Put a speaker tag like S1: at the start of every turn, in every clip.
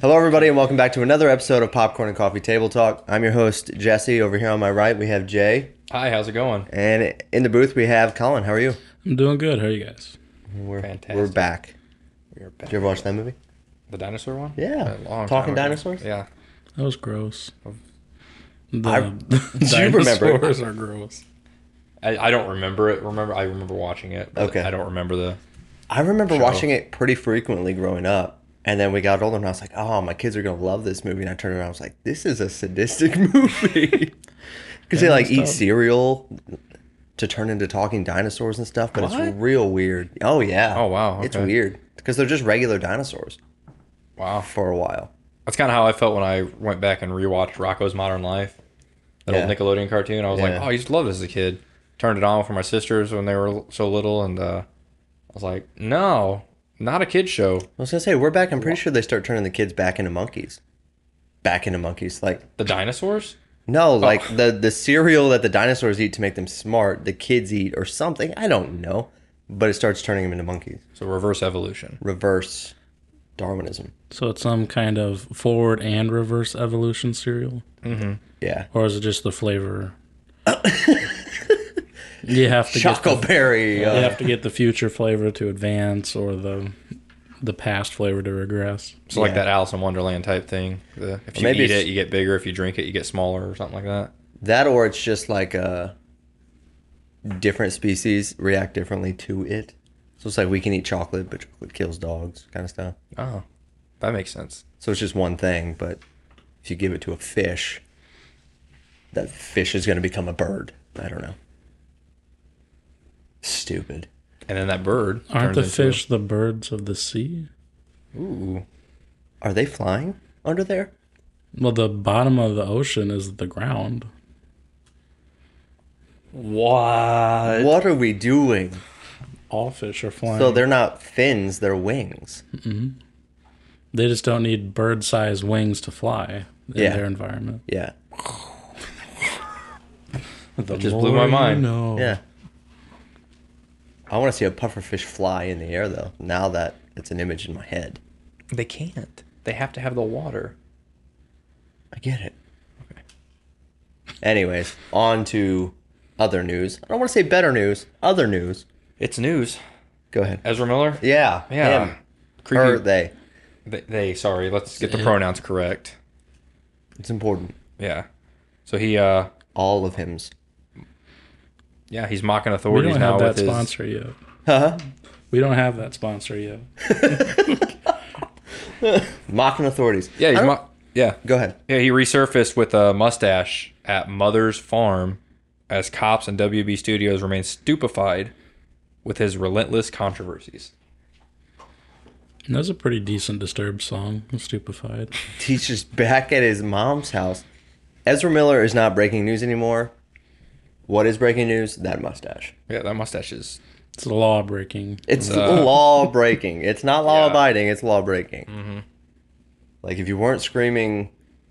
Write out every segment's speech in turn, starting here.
S1: Hello, everybody, and welcome back to another episode of Popcorn and Coffee Table Talk. I'm your host, Jesse. Over here on my right, we have Jay.
S2: Hi, how's it going?
S1: And in the booth, we have Colin. How are you?
S3: I'm doing good. How are you guys?
S1: We're,
S2: Fantastic.
S1: We're back.
S2: We are
S1: Did
S2: back.
S1: you ever watch that movie?
S2: The dinosaur one?
S1: Yeah.
S2: A long time
S1: Talking
S2: ago.
S1: dinosaurs?
S2: Yeah.
S3: That was gross. The
S1: I- you remember it?
S3: dinosaurs are gross.
S2: I, I don't remember it. Remember, I remember watching it. but
S1: Okay.
S2: I don't remember the.
S1: I remember
S2: Sure.
S1: watching it pretty frequently growing up. And then we got older, and I was like, oh, my kids are going to love this movie. And I turned around, I was like, this is a sadistic movie. Because they like eat
S3: stuff.
S1: cereal to turn into talking dinosaurs and stuff, but
S2: What?
S1: it's real weird. Oh, yeah.
S2: Oh, wow,
S1: It's
S2: okay.
S1: weird. Because they're just regular dinosaurs
S2: Wow.
S1: for a while.
S2: That's kind of how I felt when I went back and rewatched Rocco's Modern Life, that old
S1: Yeah.
S2: Nickelodeon cartoon. I was
S1: Yeah.
S2: like, oh, I used to love this as a kid. Turned it on for my sisters when they were l- so little, and uh, I was like, no, not a kid show.
S1: I was gonna say we're back. I'm pretty sure they start turning the kids back into monkeys, back into monkeys. Like
S2: The dinosaurs?
S1: no, like the the cereal that the dinosaurs eat to make them smart, the kids eat or something. I don't know, but it starts turning them into monkeys.
S2: So reverse evolution.
S1: Reverse Darwinism.
S3: So it's some kind of forward and reverse evolution cereal,
S1: Yeah,
S3: or is it just the flavor? you have to get the,
S1: chocoberry.
S3: you
S1: Uh,
S3: have to get the future flavor to advance, or the the past flavor to regress.
S2: So like that Alice in Wonderland type thing. The, if you
S1: maybe
S2: eat
S1: it's-
S2: it, you get bigger. If you drink it, you get smaller or something like that.
S1: That or it's just like uh different species react differently to it. So it's like we can eat chocolate, but chocolate kills dogs, kind of stuff.
S2: Oh, that makes sense.
S1: So it's just one thing, but if you give it to a fish, that fish is going to become a bird. I don't know. Stupid.
S2: And then that bird
S3: Aren't the
S2: turns into-
S3: fish the birds of the sea?
S2: Ooh,
S1: Are they flying under there?
S3: Well, the bottom of the ocean is the ground.
S2: what?
S1: What are we doing?
S3: All fish are flying.
S1: So they're not fins, they're wings.
S3: They just don't need bird-sized wings to fly in
S1: Yeah.
S3: their environment.
S1: Yeah.
S3: The
S2: just blew my mind.
S3: No.
S1: Yeah. I want to see a pufferfish fly in the air, though, now that it's an image in my head.
S2: They can't. They have to have the water.
S1: I get it. Anyways, on to other news. I don't want to say better news, other news.
S2: It's news.
S1: Go ahead.
S2: Ezra Miller.
S1: Yeah.
S2: Yeah.
S1: Him.
S2: Creepy.
S1: Or they.
S2: they, they. Sorry. Let's get the pronouns correct.
S1: It's important.
S2: Yeah. So he. uh
S1: All of hims.
S2: Yeah, he's mocking
S3: We
S2: authorities
S3: don't
S2: now
S3: have that
S2: with his.
S3: sponsor yet.
S1: Huh?
S3: We don't have that sponsor yet.
S1: Mocking authorities.
S2: Yeah,
S1: I
S2: he's
S1: don't-
S2: mo- yeah.
S1: Go ahead.
S2: Yeah, he resurfaced with a mustache at Mother's Farm as cops and WB Studios remain stupefied with his relentless controversies.
S3: And that's a pretty decent Disturbed song. I'm stupefied.
S1: He's just back at his mom's house. Ezra Miller is not breaking news anymore. What is breaking news? That mustache.
S2: Yeah, that mustache is.
S3: It's law breaking.
S1: It's law breaking. It's not law abiding, it's law breaking.
S2: Mm-hmm.
S1: Like, if you weren't screaming,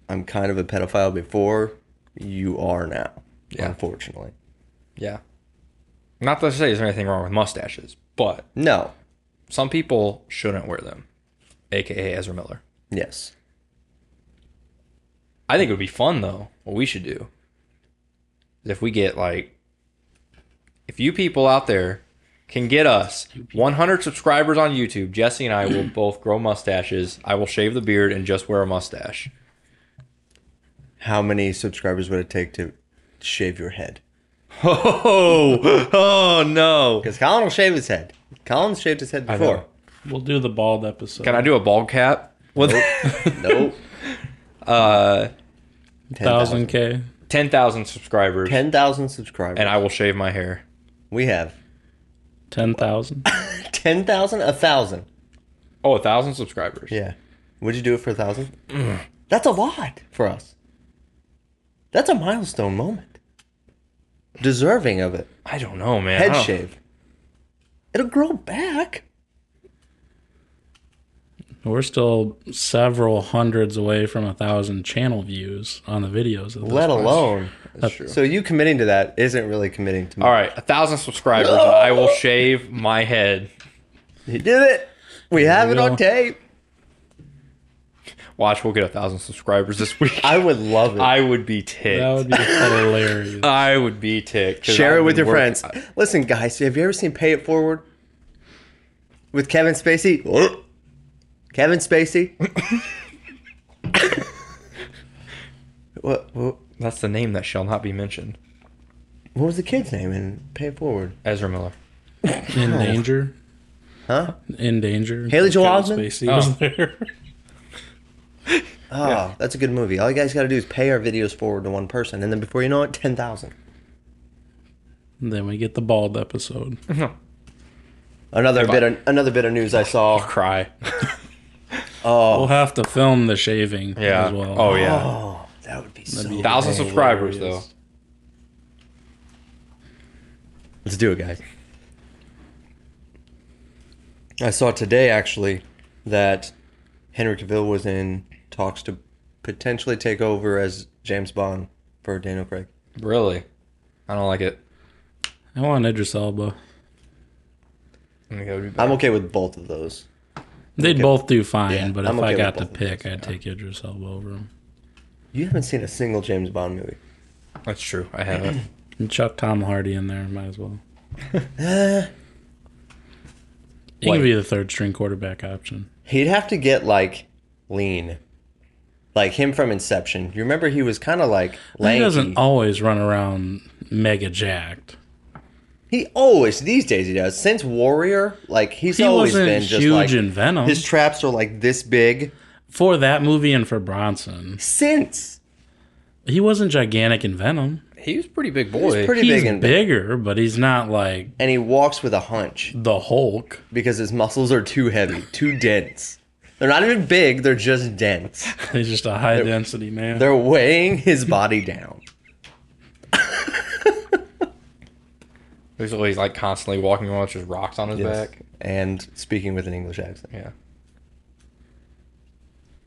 S1: I'm kind of a pedophile before, you are now,
S2: Yeah.
S1: unfortunately.
S2: Yeah. Not to say there's anything wrong with mustaches, but
S1: No.
S2: some people shouldn't wear them, aka Ezra Miller.
S1: Yes.
S2: I think it would be fun though. What we should do is if we get like, if you people out there can get us 100 subscribers on YouTube, Jesse and I will both grow mustaches. I will shave the beard and just wear a mustache.
S1: How many subscribers would it take to shave your head?
S2: Oh, oh no!
S1: Because Colin will shave his head. Colin shaved his head
S2: know.
S1: before.
S3: We'll do the bald episode.
S2: Can I do a bald cap? With
S1: Nope.
S2: uh,
S3: thousand K?
S2: 10,000 subscribers,
S1: 10,000 subscribers.
S2: and I will shave my hair.
S1: we have
S3: Ten thousand?
S1: 10,000, a 1,000.
S2: Oh, a thousand subscribers.
S1: Yeah. Would you do it for a 1,000?
S2: Mm.
S1: That's a lot for us. That's a milestone moment. Deserving of it.
S2: I don't know, man. I
S1: Head
S2: don't-
S1: shave. It'll grow back.
S3: We're still several hundreds away from a thousand channel views on the videos. At this
S1: Let
S3: point.
S1: alone.
S2: That's true.
S1: So you committing to that isn't really committing to me.
S2: All right, a thousand subscribers. and I will shave my head.
S1: He did it. We have it
S3: go.
S1: on tape.
S2: Watch, we'll get a thousand subscribers this week.
S1: I would love it.
S2: I would be ticked.
S3: That would be hilarious.
S2: I would be ticked. 'cause
S1: Share
S2: I've
S1: it with
S2: been
S1: your
S2: work-
S1: friends. Listen, guys, have you ever seen Pay It Forward with Kevin Spacey? Kevin Spacey. what, what
S2: That's the name that shall not be mentioned.
S1: what was the kid's name in Pay It Forward?
S2: Ezra Miller.
S3: In danger.
S1: Huh?
S3: In danger.
S1: Haley Joel
S3: Kevin
S1: Osment?
S3: Spacey
S2: Oh.
S3: was there.
S1: Oh, that's a good movie. All you guys got to do is pay our videos forward to one person, and then before you know it, ten thousand.
S3: then we get the bald episode.
S1: Another bit of another bit of news I saw.
S2: Cry.
S3: We'll have to film the shaving
S2: Yeah.
S3: as well.
S2: Oh yeah.
S1: Oh, that would be so.
S3: be-
S2: thousand
S3: Hilarious.
S2: subscribers though.
S1: Let's do it, guys. I saw today actually that Henry Cavill was in talks to potentially take over as James Bond for Daniel Craig.
S2: Really. I don't like it.
S3: I want Idris Elba.
S2: I think that would be bad.
S1: I'm okay with both of those.
S3: They'd both do fine,
S1: Yeah,
S3: but if
S1: I'm okay
S3: I
S1: with
S3: got to
S1: both of those,
S3: pick, I'd take Idris Elba over him.
S1: You haven't seen a single James Bond movie.
S2: That's true. I haven't.
S3: And Chuck Tom Hardy in there, might as well.
S1: Eh,
S3: He
S2: Wait.
S3: could be the third string quarterback option.
S1: he'd have to get like lean, like him from Inception. You remember he was kind of like
S3: He
S1: lanky.
S3: doesn't always run around mega jacked.
S1: He always these days he does. Since Warrior, like he's
S3: He
S1: always
S3: wasn't
S1: been just
S3: huge
S1: like
S3: in Venom
S1: his traps are like this big.
S3: for that movie and for Bronson.
S1: Since
S3: He wasn't gigantic in Venom.
S2: He was a pretty big boy.
S1: pretty
S3: He's
S1: big and
S3: bigger, but he's not like
S1: and he walks with a hunch
S3: the Hulk.
S1: because his muscles are too heavy, too dense. They're not even big, they're just dense.
S3: He's just a high density man.
S1: They're weighing his body down.
S2: He's always like constantly walking around with just rocks on his
S1: Yes.
S2: back.
S1: And speaking with an English accent.
S2: Yeah.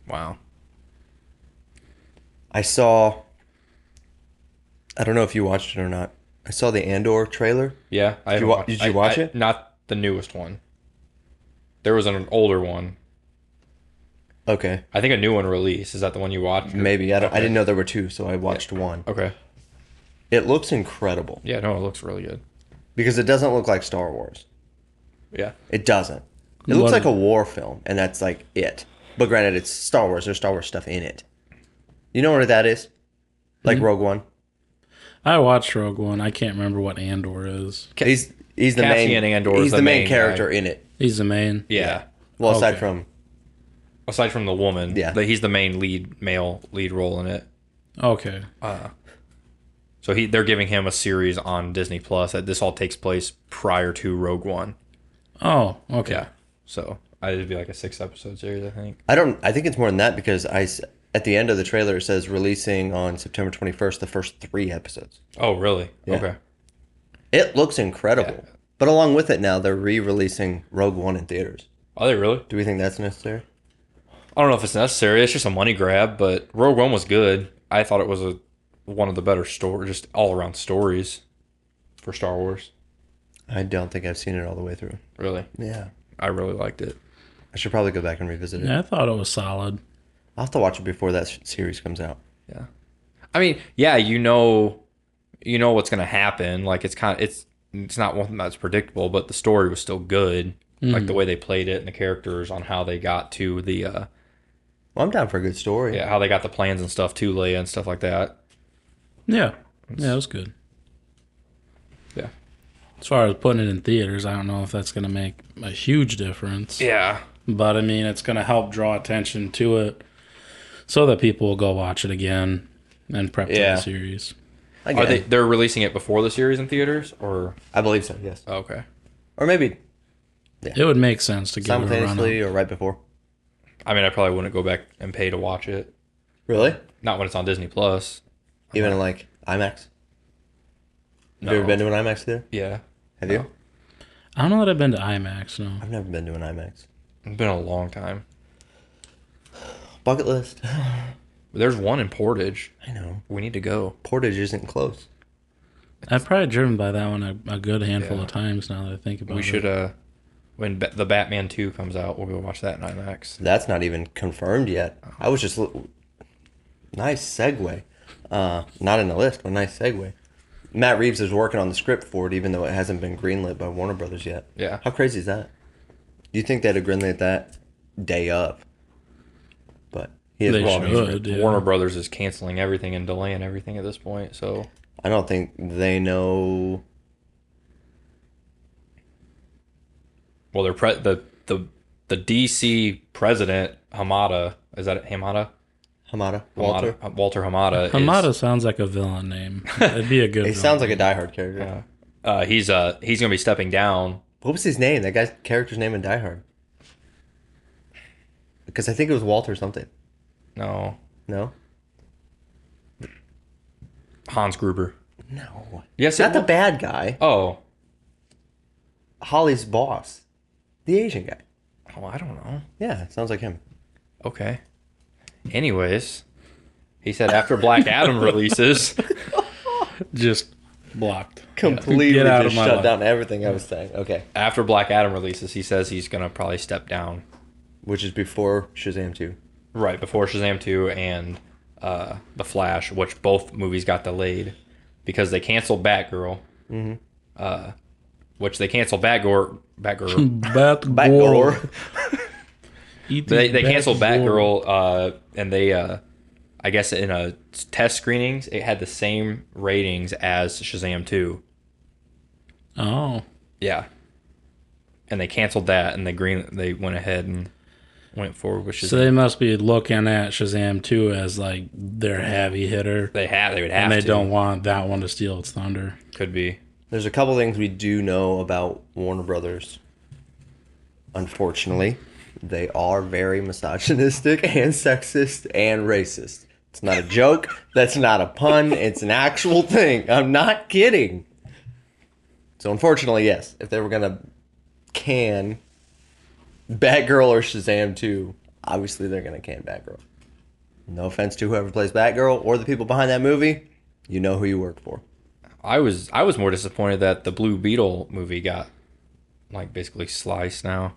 S2: Wow.
S1: I saw I don't know if you watched it or not. I saw the Andor trailer.
S2: Yeah, I did
S1: you wa- did you watch it?
S2: Not the newest one. There was an older one.
S1: Okay.
S2: I think a new one released. Is that the one you watched?
S1: Maybe I don't I
S2: Okay.
S1: didn't know there were two, so I watched one.
S2: Okay.
S1: It looks incredible
S2: Yeah. No, it looks really good.
S1: because it doesn't look like Star Wars.
S2: Yeah.
S1: It doesn't. It looks
S3: What-
S1: like a war film, and that's like it. But granted, it's Star Wars. There's Star Wars stuff in it. You know what that is? Like Rogue One.
S3: I watched Rogue One. I can't remember what Andor is.
S1: He's he's the
S2: Cassian
S1: main.
S2: Andor is
S1: he's
S2: the
S1: the, main,
S2: main
S1: character
S2: guy.
S1: in it.
S3: He's the main.
S2: Yeah.
S1: Well, aside
S3: Okay.
S1: from
S2: Aside from the woman,
S1: Yeah.
S2: but he's the main lead male lead role in it.
S3: Okay.
S2: So he they're giving him a series on Disney Plus that this all takes place prior to Rogue One.
S3: Oh, okay.
S2: Yeah. So I it'd be like a six episode series, I think.
S1: I don't. I think it's more than that because I s- at the end of the trailer it says releasing on September 21st the first three episodes.
S2: Oh, really? Okay.
S1: It looks incredible. But along with it now they're re-releasing Rogue One in theaters.
S2: Are they really?
S1: Do we think that's necessary?
S2: I don't know if it's necessary. It's just a money grab, but Rogue One was good. I thought it was a one of the better story, just all around stories for Star Wars.
S1: I don't think I've seen it all the way through.
S2: Really,
S1: Yeah,
S2: I really liked it.
S1: I should probably go back and revisit it.
S3: Yeah, I thought it was solid.
S1: I'll have to watch it before that s- series comes out.
S2: I mean, yeah, you know, you know what's gonna happen. Like it's kind of it's it's not one that's predictable, but the story was still good. Like the way they played it and the characters on how they got to the uh
S1: Well, I'm down for a good story.
S2: yeah how they got the plans and stuff to Leia and stuff like that.
S3: Yeah. Yeah, it was good.
S2: Yeah.
S3: As far as putting it in theaters, I don't know if that's going to make a huge difference.
S2: Yeah.
S3: But I mean, it's going to help draw attention to it so that people will go watch it again and prep
S1: Yeah.
S3: for the series.
S1: I,
S2: Are
S1: get
S2: they
S1: it.
S2: they're releasing it before the series in theaters or
S1: I believe so. Yes,
S2: Oh, okay.
S1: or maybe
S3: It would make sense to give it a run.
S1: simultaneously or right before.
S2: I mean, I probably wouldn't go back and pay to watch it.
S1: Really?
S2: Not when it's on Disney Plus.
S1: Even in like IMAX.
S2: No.
S1: Have you ever been to an IMAX theater?
S2: Yeah,
S1: Have
S2: No.
S1: you?
S3: I don't know that I've been to IMAX, no.
S1: I've never been to an IMAX.
S2: it's been a long time.
S1: Bucket list.
S2: But there's one in Portage.
S1: I know.
S2: We need to go.
S1: Portage isn't close.
S3: I've probably driven by that one a, a good handful
S2: Yeah.
S3: of times now that I think about
S2: We
S3: it.
S2: should uh, when ba- the Batman Two comes out, we'll go watch that in IMAX.
S1: That's not even confirmed yet. I was just l- nice segue. Uh, not in the list, but nice segue. Matt Reeves is working on the script for it, even though it hasn't been greenlit by Warner Brothers yet.
S2: Yeah.
S1: How crazy is that? You think they'd have greenlit that day up? But he is
S3: They
S1: Warner.
S3: should. yeah.
S2: Warner Brothers is canceling everything and delaying everything at this point. So
S1: I don't think they know.
S2: well, their pre- the the the DC president Hamada is that it? Hamada
S1: Hamada Walter.
S2: Hamada- Walter Hamada. is-
S3: Hamada sounds like a villain name. It'd be a good.
S1: He
S3: villain.
S1: sounds like a diehard character.
S2: Uh, he's uh he's gonna be stepping down.
S1: What was his name? That guy's character's name in Die Hard. Because I think it was Walter something.
S2: No,
S1: No.
S2: Hans Gruber.
S1: No.
S2: Yes,
S1: Not
S2: it
S1: the
S2: wa-
S1: bad guy.
S2: Oh,
S1: Holly's boss, the Asian guy.
S2: oh, I don't know.
S1: Yeah, it sounds like him.
S2: Okay. Anyways, he said after Black Adam releases,
S3: just blocked.
S1: Completely
S3: Get out
S1: just
S3: of my
S1: shut
S3: life.
S1: down everything I was saying. Okay,
S2: after Black Adam releases, he says he's gonna probably step down
S1: which is before Shazam two.
S2: right before Shazam two and uh, the Flash, which both movies got delayed because they canceled Batgirl. Mm-hmm. Uh, which they canceled Batgirl. Batgirl.
S3: Batgirl.
S1: Batgirl.
S3: Eat
S2: they
S3: the
S2: they canceled
S3: Batgirl.
S2: Batgirl, uh, and they, uh, I guess, in a test screenings, it had the same ratings as Shazam two.
S3: Oh,
S2: Yeah. And they canceled that, and they green they went ahead and went forward with Shazam.
S3: so they must be looking at Shazam two as like their heavy hitter,
S2: they have they would have
S3: and they
S2: to.
S3: don't want that one to steal its thunder.
S2: could be
S1: There's a couple things we do know about Warner Brothers. Unfortunately, they are very misogynistic and sexist and racist. It's not a joke. That's not a pun. It's an actual thing. I'm not kidding. So, unfortunately, yes, if they were going to can Batgirl or Shazam 2, obviously they're going to can Batgirl. No offense to whoever plays Batgirl or the people behind that movie. You know who you work for.
S2: I was I was more disappointed that the Blue Beetle movie got like basically sliced now.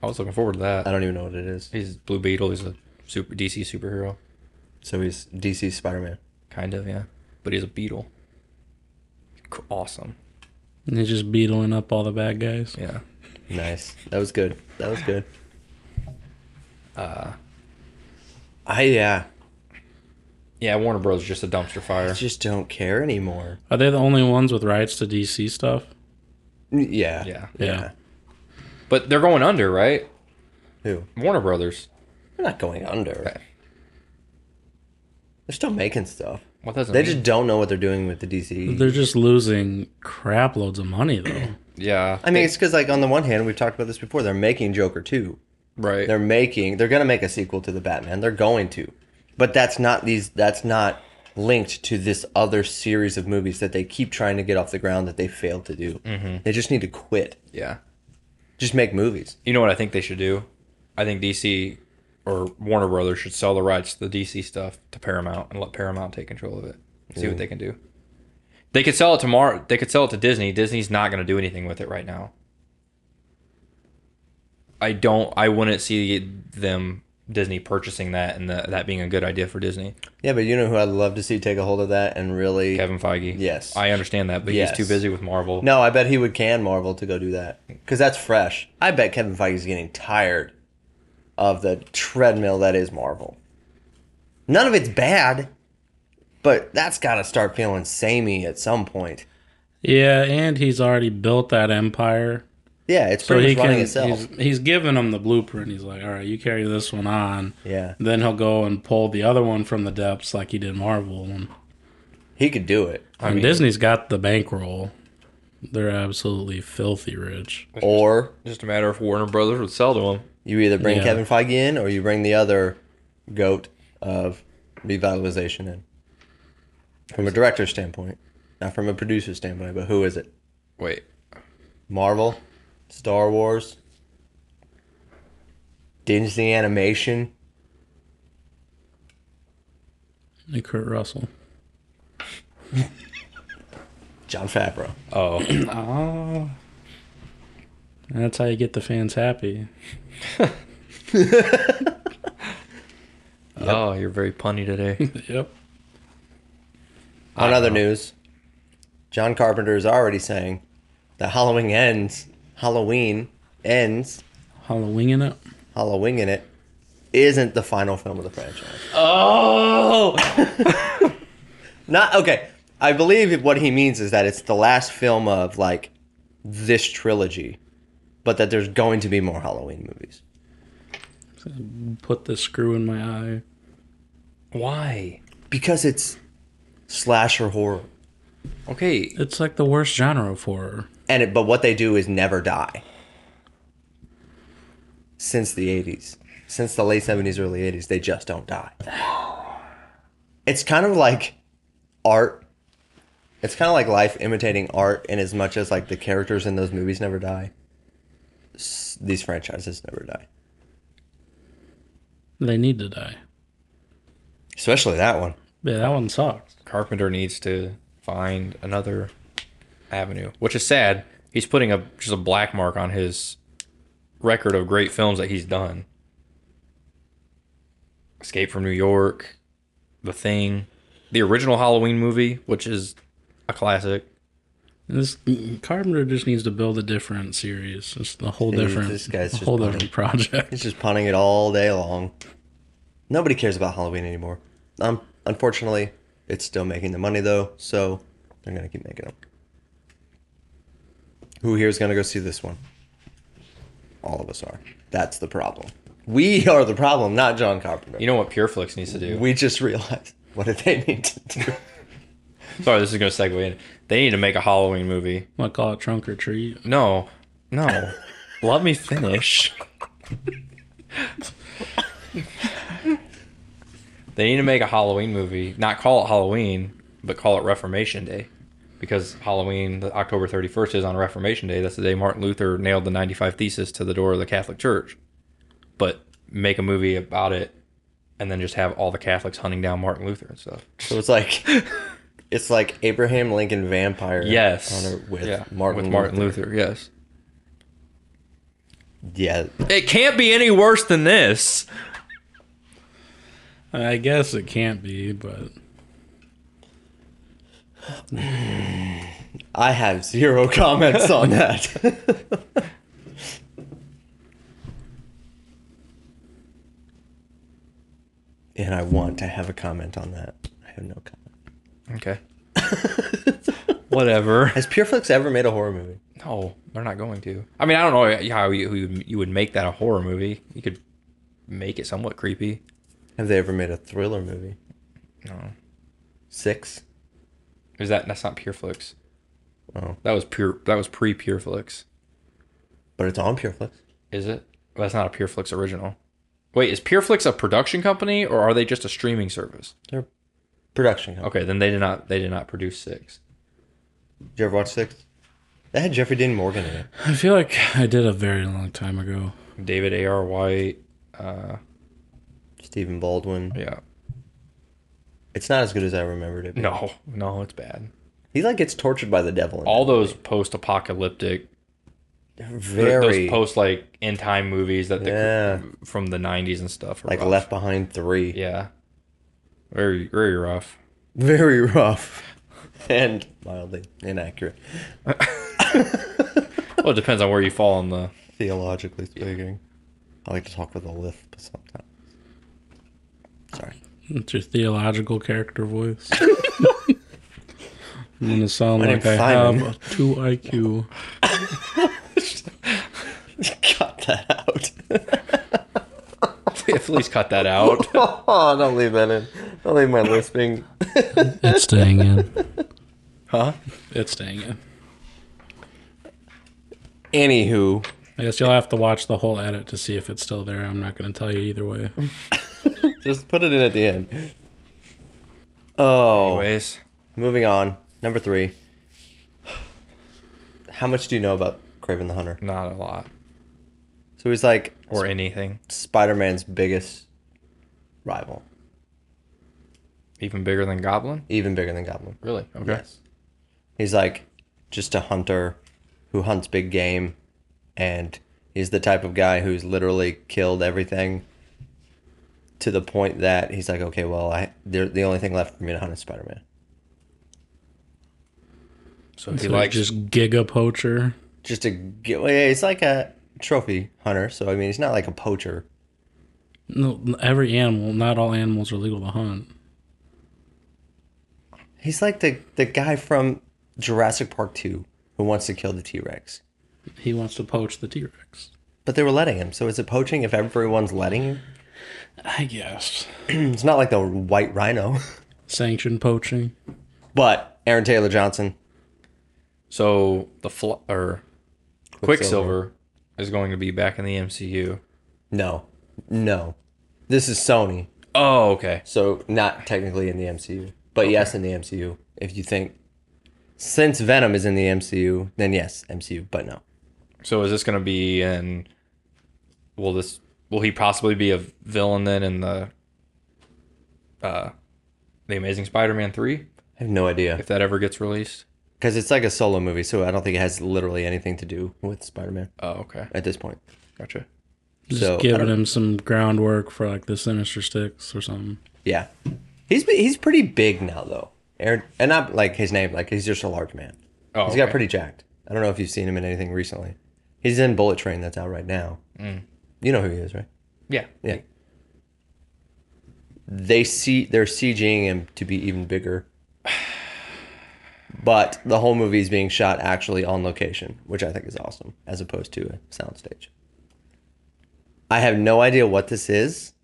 S2: I was looking forward to
S1: I
S2: that.
S1: don't even know what it is.
S2: He's Blue Beetle, he's a super DC superhero.
S1: So he's DC Spider Man.
S2: Kind of, yeah. But he's a beetle. C- Awesome.
S3: And they're just beetling up all the bad guys.
S2: Yeah.
S1: Nice. That was good. That was good. Uh, I yeah.
S2: Yeah, Warner Bros. is just a dumpster
S1: I
S2: fire.
S1: just don't care anymore.
S3: Are they the only ones with rights to DC stuff?
S1: N- Yeah.
S2: Yeah.
S1: Yeah.
S2: But they're going under, right?
S1: Who?
S2: Warner Brothers.
S1: They're not going under.
S2: Okay.
S1: They're still making stuff.
S2: What doesn't
S1: They just don't know what they're doing with the DC.
S3: They're just losing crap loads of money though.
S2: Yeah.
S1: I mean, it's because like on the one hand, we've talked about this before. They're making Joker two.
S2: right.
S1: They're making. They're gonna make a sequel to the Batman. They're going to, but that's not these. That's not linked to this other series of movies that they keep trying to get off the ground that they failed to do. They just need to quit.
S2: Yeah.
S1: Just make movies.
S2: You know what I think they should do? I think DC or Warner Brothers should sell the rights to the DC stuff to Paramount and let Paramount take control of it. See what they can do. They could sell it to Mar- they could sell it to Disney. Disney's not going to do anything with it right now. I don't I wouldn't see them Disney purchasing that and the, that being a good idea for Disney.
S1: Yeah, but you know who I'd love to see take a hold of that and really.
S2: Kevin Feige.
S1: Yes.
S2: I understand that, but
S1: Yes.
S2: he's too busy with Marvel.
S1: No, I bet he would can Marvel to go do that because that's fresh. I bet Kevin Feige's getting tired of the treadmill that is Marvel. None of it's bad, but that's got to start feeling samey at some point.
S3: Yeah, and he's already built that empire.
S1: Yeah, it's
S3: So
S1: pretty
S3: he
S1: much running
S3: can.
S1: itself.
S3: He's, he's giving him the blueprint. He's like, all right, you carry this one on.
S1: Yeah,
S3: Then he'll go and pull the other one from the depths like he did Marvel. And,
S1: he could do it.
S2: I
S3: and
S2: mean,
S3: Disney's got the bankroll. They're absolutely filthy rich.
S1: Or
S2: just a matter of Warner Brothers would sell to him.
S1: you either bring
S3: Yeah.
S1: Kevin Feige in, or you bring the other goat of revitalization in. From a director's standpoint, not from a producer's standpoint, but who is it?
S2: Wait.
S1: Marvel, Star Wars, Disney Animation.
S3: And Kurt Russell.
S1: John Favreau.
S2: Oh.
S3: Oh. That's how you get the fans happy.
S2: Oh, you're very punny today.
S3: Yep.
S1: On other news, John Carpenter is already saying that Halloween ends. Halloween ends.
S3: Halloween in it.
S1: Halloween in it isn't the final film of the franchise.
S2: oh,
S1: Not okay. I believe what he means is that it's the last film of like this trilogy, but that there's going to be more Halloween movies.
S3: Put the screw in my eye.
S2: why?
S1: Because it's slasher horror.
S2: Okay,
S3: It's like the worst genre of horror.
S1: And it, but what they do is never die. Since the 80s, since the late 70s, early 80s, they just don't die. It's kind of like art. It's kind of like life imitating art, in as much as like the characters in those movies never die, s- these franchises never die.
S3: They need to die.
S1: Especially that one.
S3: Yeah, that one sucks.
S2: Carpenter needs to find another avenue, which is sad. He's putting a just a black mark on his record of great films that he's done. Escape from New York, The Thing, the original Halloween movie, which is a classic.
S3: This Carpenter just needs to build a different series. It's a whole
S1: Dude,
S3: different,
S1: this guy's
S3: a
S1: just
S3: whole
S1: funny.
S3: different project.
S1: He's just punning it all day long. Nobody cares about Halloween anymore. Um, unfortunately, it's still making the money though, so they're gonna keep making them. Who here is gonna go see this one? All of us are. That's the problem. We are the problem, not John Carpenter.
S2: You know what Pureflix needs to do?
S1: we just realized what did they need to do.
S2: Sorry, this is going to segue in. They need to make a Halloween movie.
S3: I call it trunk or treat.
S2: No, no. Let me finish. they need to make a Halloween movie. Not call it Halloween, but call it Reformation Day. Because Halloween, the October 31st, is on Reformation Day. That's the day Martin Luther nailed the 95 Thesis to the door of the Catholic Church. But make a movie about it and then just have all the Catholics hunting down Martin Luther and stuff.
S1: So it's like it's like Abraham Lincoln vampire.
S2: Yes.
S1: on a- with
S2: Yeah,
S1: Martin.
S2: with Martin Luther. yes.
S1: Yeah,
S2: It can't be any worse than this.
S3: I guess it can't be, but
S1: I have zero comments on that. and I want to have a comment on that. I have no comment.
S2: Okay. Whatever.
S1: Has Pureflix ever made a horror movie?
S2: No, they're not going to. I mean, I don't know how you you would- you would make that a horror movie. You could make it somewhat creepy.
S1: Have they ever made a thriller movie?
S2: No.
S1: Six?
S2: Is that that's not Pureflix?
S1: Oh.
S2: That was pure. That was pre Pureflix.
S1: But it's on Pureflix.
S2: Is it? That's not a Pureflix original. Wait, is Pureflix a production company or are they just a streaming service?
S1: They're production. company.
S2: Okay, then they did not they did not produce six. Oh.
S1: Did you ever watch Six? That had Jeffrey Dean Morgan in it.
S3: I feel like I did a very long time ago.
S2: David A. R. White. Uh,
S1: Stephen Baldwin.
S2: yeah.
S1: It's not as good as I remembered it.
S2: No, no, it's bad.
S1: He like gets tortured by the devil. In
S2: All those post-apocalyptic
S1: it.
S2: Th-
S1: very
S2: those post like end time movies that they
S1: Yeah.
S2: from the 90s and stuff are
S1: like
S2: rough.
S1: Left Behind Three.
S2: yeah very very rough
S1: very rough and mildly inaccurate,
S2: well it depends on where you fall in the
S1: theologically speaking. I like to talk with a lisp sometimes. Sorry.
S3: It's your theological character voice. I'm gonna sound
S1: My
S3: like I
S1: name's Simon.
S3: have two IQ.
S1: Cut that
S2: please cut that out
S1: out. oh, don't leave that in. Don't leave my lisping.
S3: It's staying in.
S1: Huh?
S3: It's staying in.
S1: Anywho,
S3: I guess you'll have to watch the whole edit to see if it's still there. I'm not gonna tell you either way.
S1: just put it in at the end. Oh,
S2: anyways
S1: moving on. Number three. How much do you know about Craven the Hunter?
S2: not a lot
S1: So he's like
S2: or anything
S1: Spider Man's biggest rival,
S2: even bigger than goblin
S1: even bigger than Goblin.
S2: really okay
S1: Yes. He's like just a hunter who hunts big game and he's the type of guy who's literally killed everything to the point that he's like, okay, well, I they're, the only thing left for me to hunt is Spider Man.
S2: So he
S3: He
S2: likes
S3: just giga poacher.
S1: Just to get, well, yeah, he's like a trophy hunter. So I mean, he's not like a poacher.
S3: No, every animal. Not all animals are legal to hunt.
S1: He's like the the guy from Jurassic Park Two who wants to kill the T Rex,
S3: He wants to poach the T Rex.
S1: but they were letting him. So is it poaching if everyone's letting you?
S3: I guess
S1: It's not like the white rhino,
S3: sanctioned poaching.
S1: but Aaron Taylor Johnson.
S2: so the fl- or Quicksilver is going to be back in the MCU.
S1: No, no, this is Sony.
S2: Oh, okay.
S1: So not technically in the MCU, but yes, in the MCU. If you think since Venom is in the MCU, then yes, MCU. But no,
S2: So is this going to be in? Will this? Will he possibly be a villain then in the? Uh, the Amazing Spider-Man three,
S1: I have no idea
S2: if that ever gets released.
S1: because it's like a solo movie, so I don't think it has literally anything to do with Spider-Man
S2: Oh, okay.
S1: at this point.
S2: Gotcha.
S3: Just
S1: So, I
S3: giving
S1: don't-
S3: him some groundwork for like the Sinister Sticks or something.
S1: Yeah, he's be- he's pretty big now though. Aaron, and not like his name, like he's just a large man.
S2: Oh,
S1: He's got pretty jacked. I don't know if you've seen him in anything recently. He's in Bullet Train that's out right now. You know who he is, right?
S2: Yeah.
S1: Yeah. They see they're CGing him to be even bigger. But the whole movie is being shot actually on location, which I think is awesome, as opposed to a soundstage. I have no idea what this is,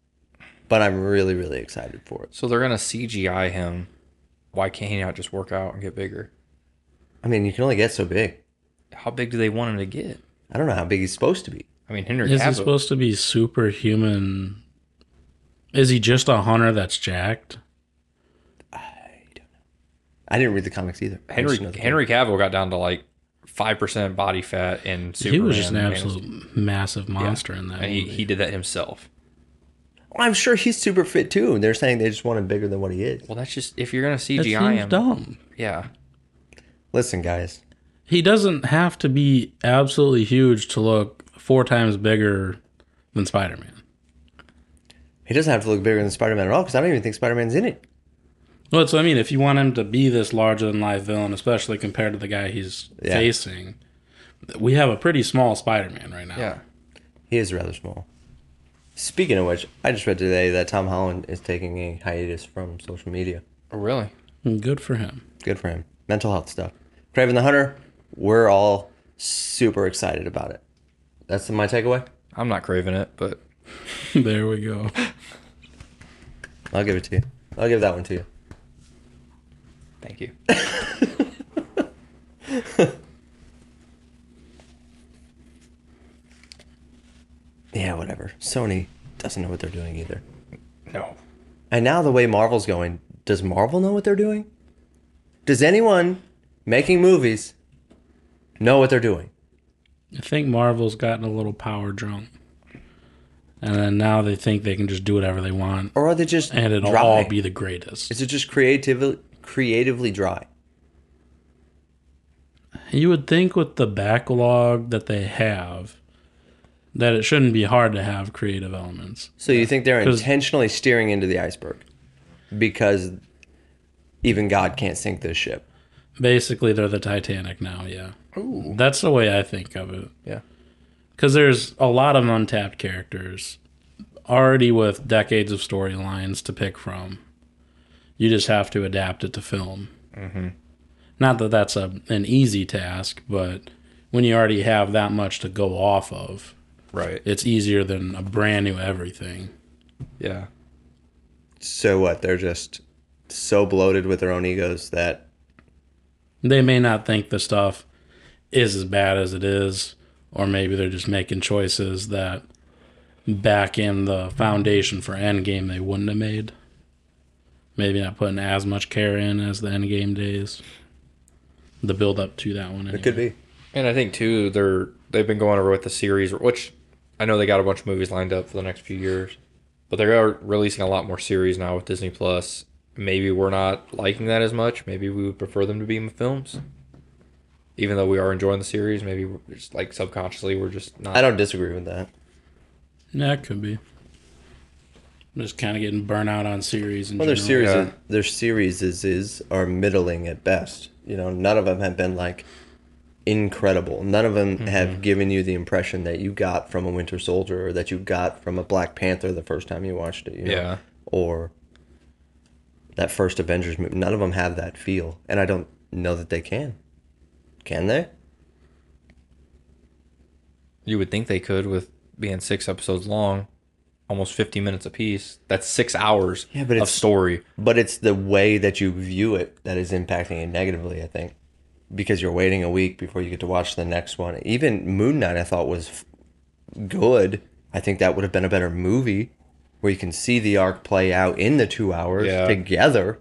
S1: but I'm really, really excited for it.
S2: So they're gonna CGI him. Why can't he not just work out and get bigger?
S1: I mean, you can only get so big.
S2: How big do they want him to get?
S1: I don't know how big he's supposed to be.
S2: I mean, Henry
S3: Is he
S2: Cavill.
S3: supposed to be superhuman? Is he just a hunter that's jacked?
S1: I didn't read the comics either. I
S2: Henry
S1: just know the-
S2: Henry Cavill got down to like five percent body fat and Superman.
S3: he was just an
S2: Man-
S3: absolute massive monster in that.
S2: And he,
S3: movie.
S2: he did that himself.
S1: I'm sure he's super fit too. and They're saying they just want him bigger than what he is.
S2: Well, that's just if you're gonna
S3: that
S2: CGI
S3: seems
S2: him.
S3: dumb.
S2: Yeah.
S1: Listen, guys,
S3: He doesn't have to be absolutely huge to look four times bigger than Spider Man.
S1: he doesn't have to look bigger than Spider Man at all because I don't even think Spider Man's in it.
S3: Well, that's what I mean. If you want him to be this larger than life villain, especially compared to the guy he's
S1: Yeah.
S3: facing, we have a pretty small Spider Man right now.
S2: Yeah.
S1: He is rather small. Speaking of which, I just read today that Tom Holland is taking a hiatus from social media.
S2: Oh, really?
S3: Good for him.
S1: Good for him. Mental health stuff. Craven the Hunter, we're all super excited about it. That's my takeaway.
S2: I'm not craving it, but
S3: there we go.
S1: I'll give it to you. I'll give that one to you.
S2: thank you.
S1: Yeah, whatever. Sony doesn't know what they're doing either.
S2: No.
S1: And now the way Marvel's going, does Marvel know what they're doing? Does anyone making movies know what they're doing?
S3: I think Marvel's gotten a little power drunk. And then now they think they can just do whatever they want
S1: Or are they just
S3: and it'll
S1: dry?
S3: all be the greatest.
S1: Is it just creatively creatively dry?
S3: You would think with the backlog that they have that it shouldn't be hard to have creative elements.
S1: So you think they're
S3: 'Cause-
S1: intentionally steering into the iceberg because even God can't sink this ship.
S3: Basically, they're the Titanic now, yeah.
S2: Ooh.
S3: That's the way I think of it.
S2: Yeah.
S3: Because there's a lot of untapped characters already with decades of storylines to pick from. You just have to adapt it to film.
S2: Mm-hmm.
S3: Not that that's a, an easy task, but when you already have that much to go off of,
S2: Right.
S3: it's easier than a brand new everything.
S2: Yeah.
S1: So what? They're just so bloated with their own egos that
S3: They may not think the stuff is as bad as it is, or maybe they're just making choices that back in the foundation for Endgame they wouldn't have made. Maybe not putting as much care in as the Endgame days. The build up to that one.
S1: it could be.
S2: And I think too, they're they've been going over with the series, which I know they got a bunch of movies lined up for the next few years, but they are releasing a lot more series now with Disney Plus. Maybe we're not liking that as much. Maybe we would prefer them to be in films, even though we are enjoying the series. Maybe we're just like subconsciously we're just not.
S1: I don't disagree with that.
S3: Yeah, it could be. I'm just kind of getting burnt out on series. And
S1: Well, their series,
S2: Yeah.
S1: their series is, is are middling at best. You know, none of them have been like incredible. None of them
S2: Mm-hmm.
S1: have given you the impression that you got from a Winter Soldier or that you got from a Black Panther the first time you watched it. You know?
S2: Yeah.
S1: Or that first Avengers movie. None of them have that feel, and I don't know that they can. Can they?
S2: You would think they could with being six episodes long, almost 50 minutes apiece. That's six hours
S1: Yeah, but
S2: of
S1: it's-
S2: story.
S1: But it's the way that you view it that is impacting it negatively, I think. Because you're waiting a week before you get to watch the next one. Even Moon Knight, I thought was f- good. I think that would have been a better movie where you can see the arc play out in the two hours
S2: Yeah.
S1: together.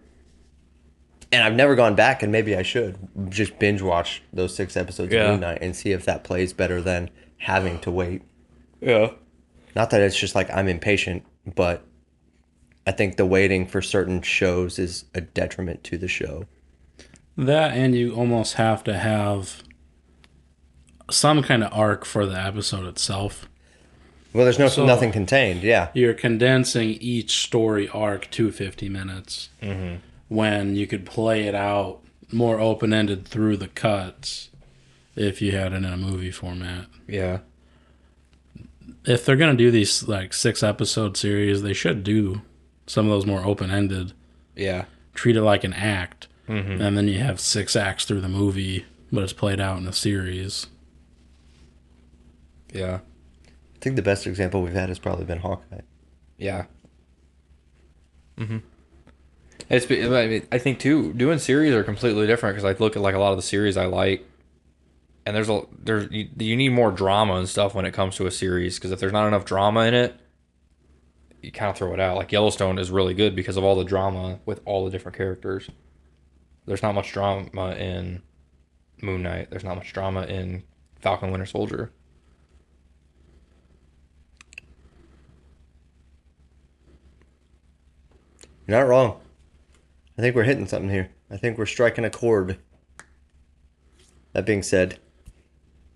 S1: And I've never gone back, and maybe I should just binge watch those six episodes
S2: Yeah.
S1: of Moon Knight and see if that plays better than having to wait
S2: Yeah.
S1: not that it's just like I'm impatient, but I think the waiting for certain shows is a detriment to the show.
S3: That and you almost have to have some kind of arc for the episode itself.
S1: Well, there's no
S3: So-
S1: nothing contained. Yeah,
S3: You're condensing each story arc to 50 minutes
S1: Mm-hmm.
S3: when you could play it out more open ended through the cuts if you had it in a movie format.
S2: Yeah.
S3: If they're going to do these like six episode series, they should do some of those more open ended,
S2: Yeah.
S3: treat it like an act.
S1: Mm-hmm.
S3: And then you have six acts through the movie, but it's played out in a series.
S2: Yeah.
S1: I think the best example we've had has probably been Hawkeye.
S2: Yeah. Mm-hmm. It's be- I mean, I think too doing series are completely different because I look at like a lot of the series I like, and there's a there's you, you need more drama and stuff when it comes to a series because if there's not enough drama in it, you kind of throw it out. Like Yellowstone is really good because of all the drama with all the different characters. There's not much drama in Moon Knight. There's not much drama in Falcon Winter Soldier.
S1: You're not wrong. I think we're hitting something here. I think we're striking a chord. That being said,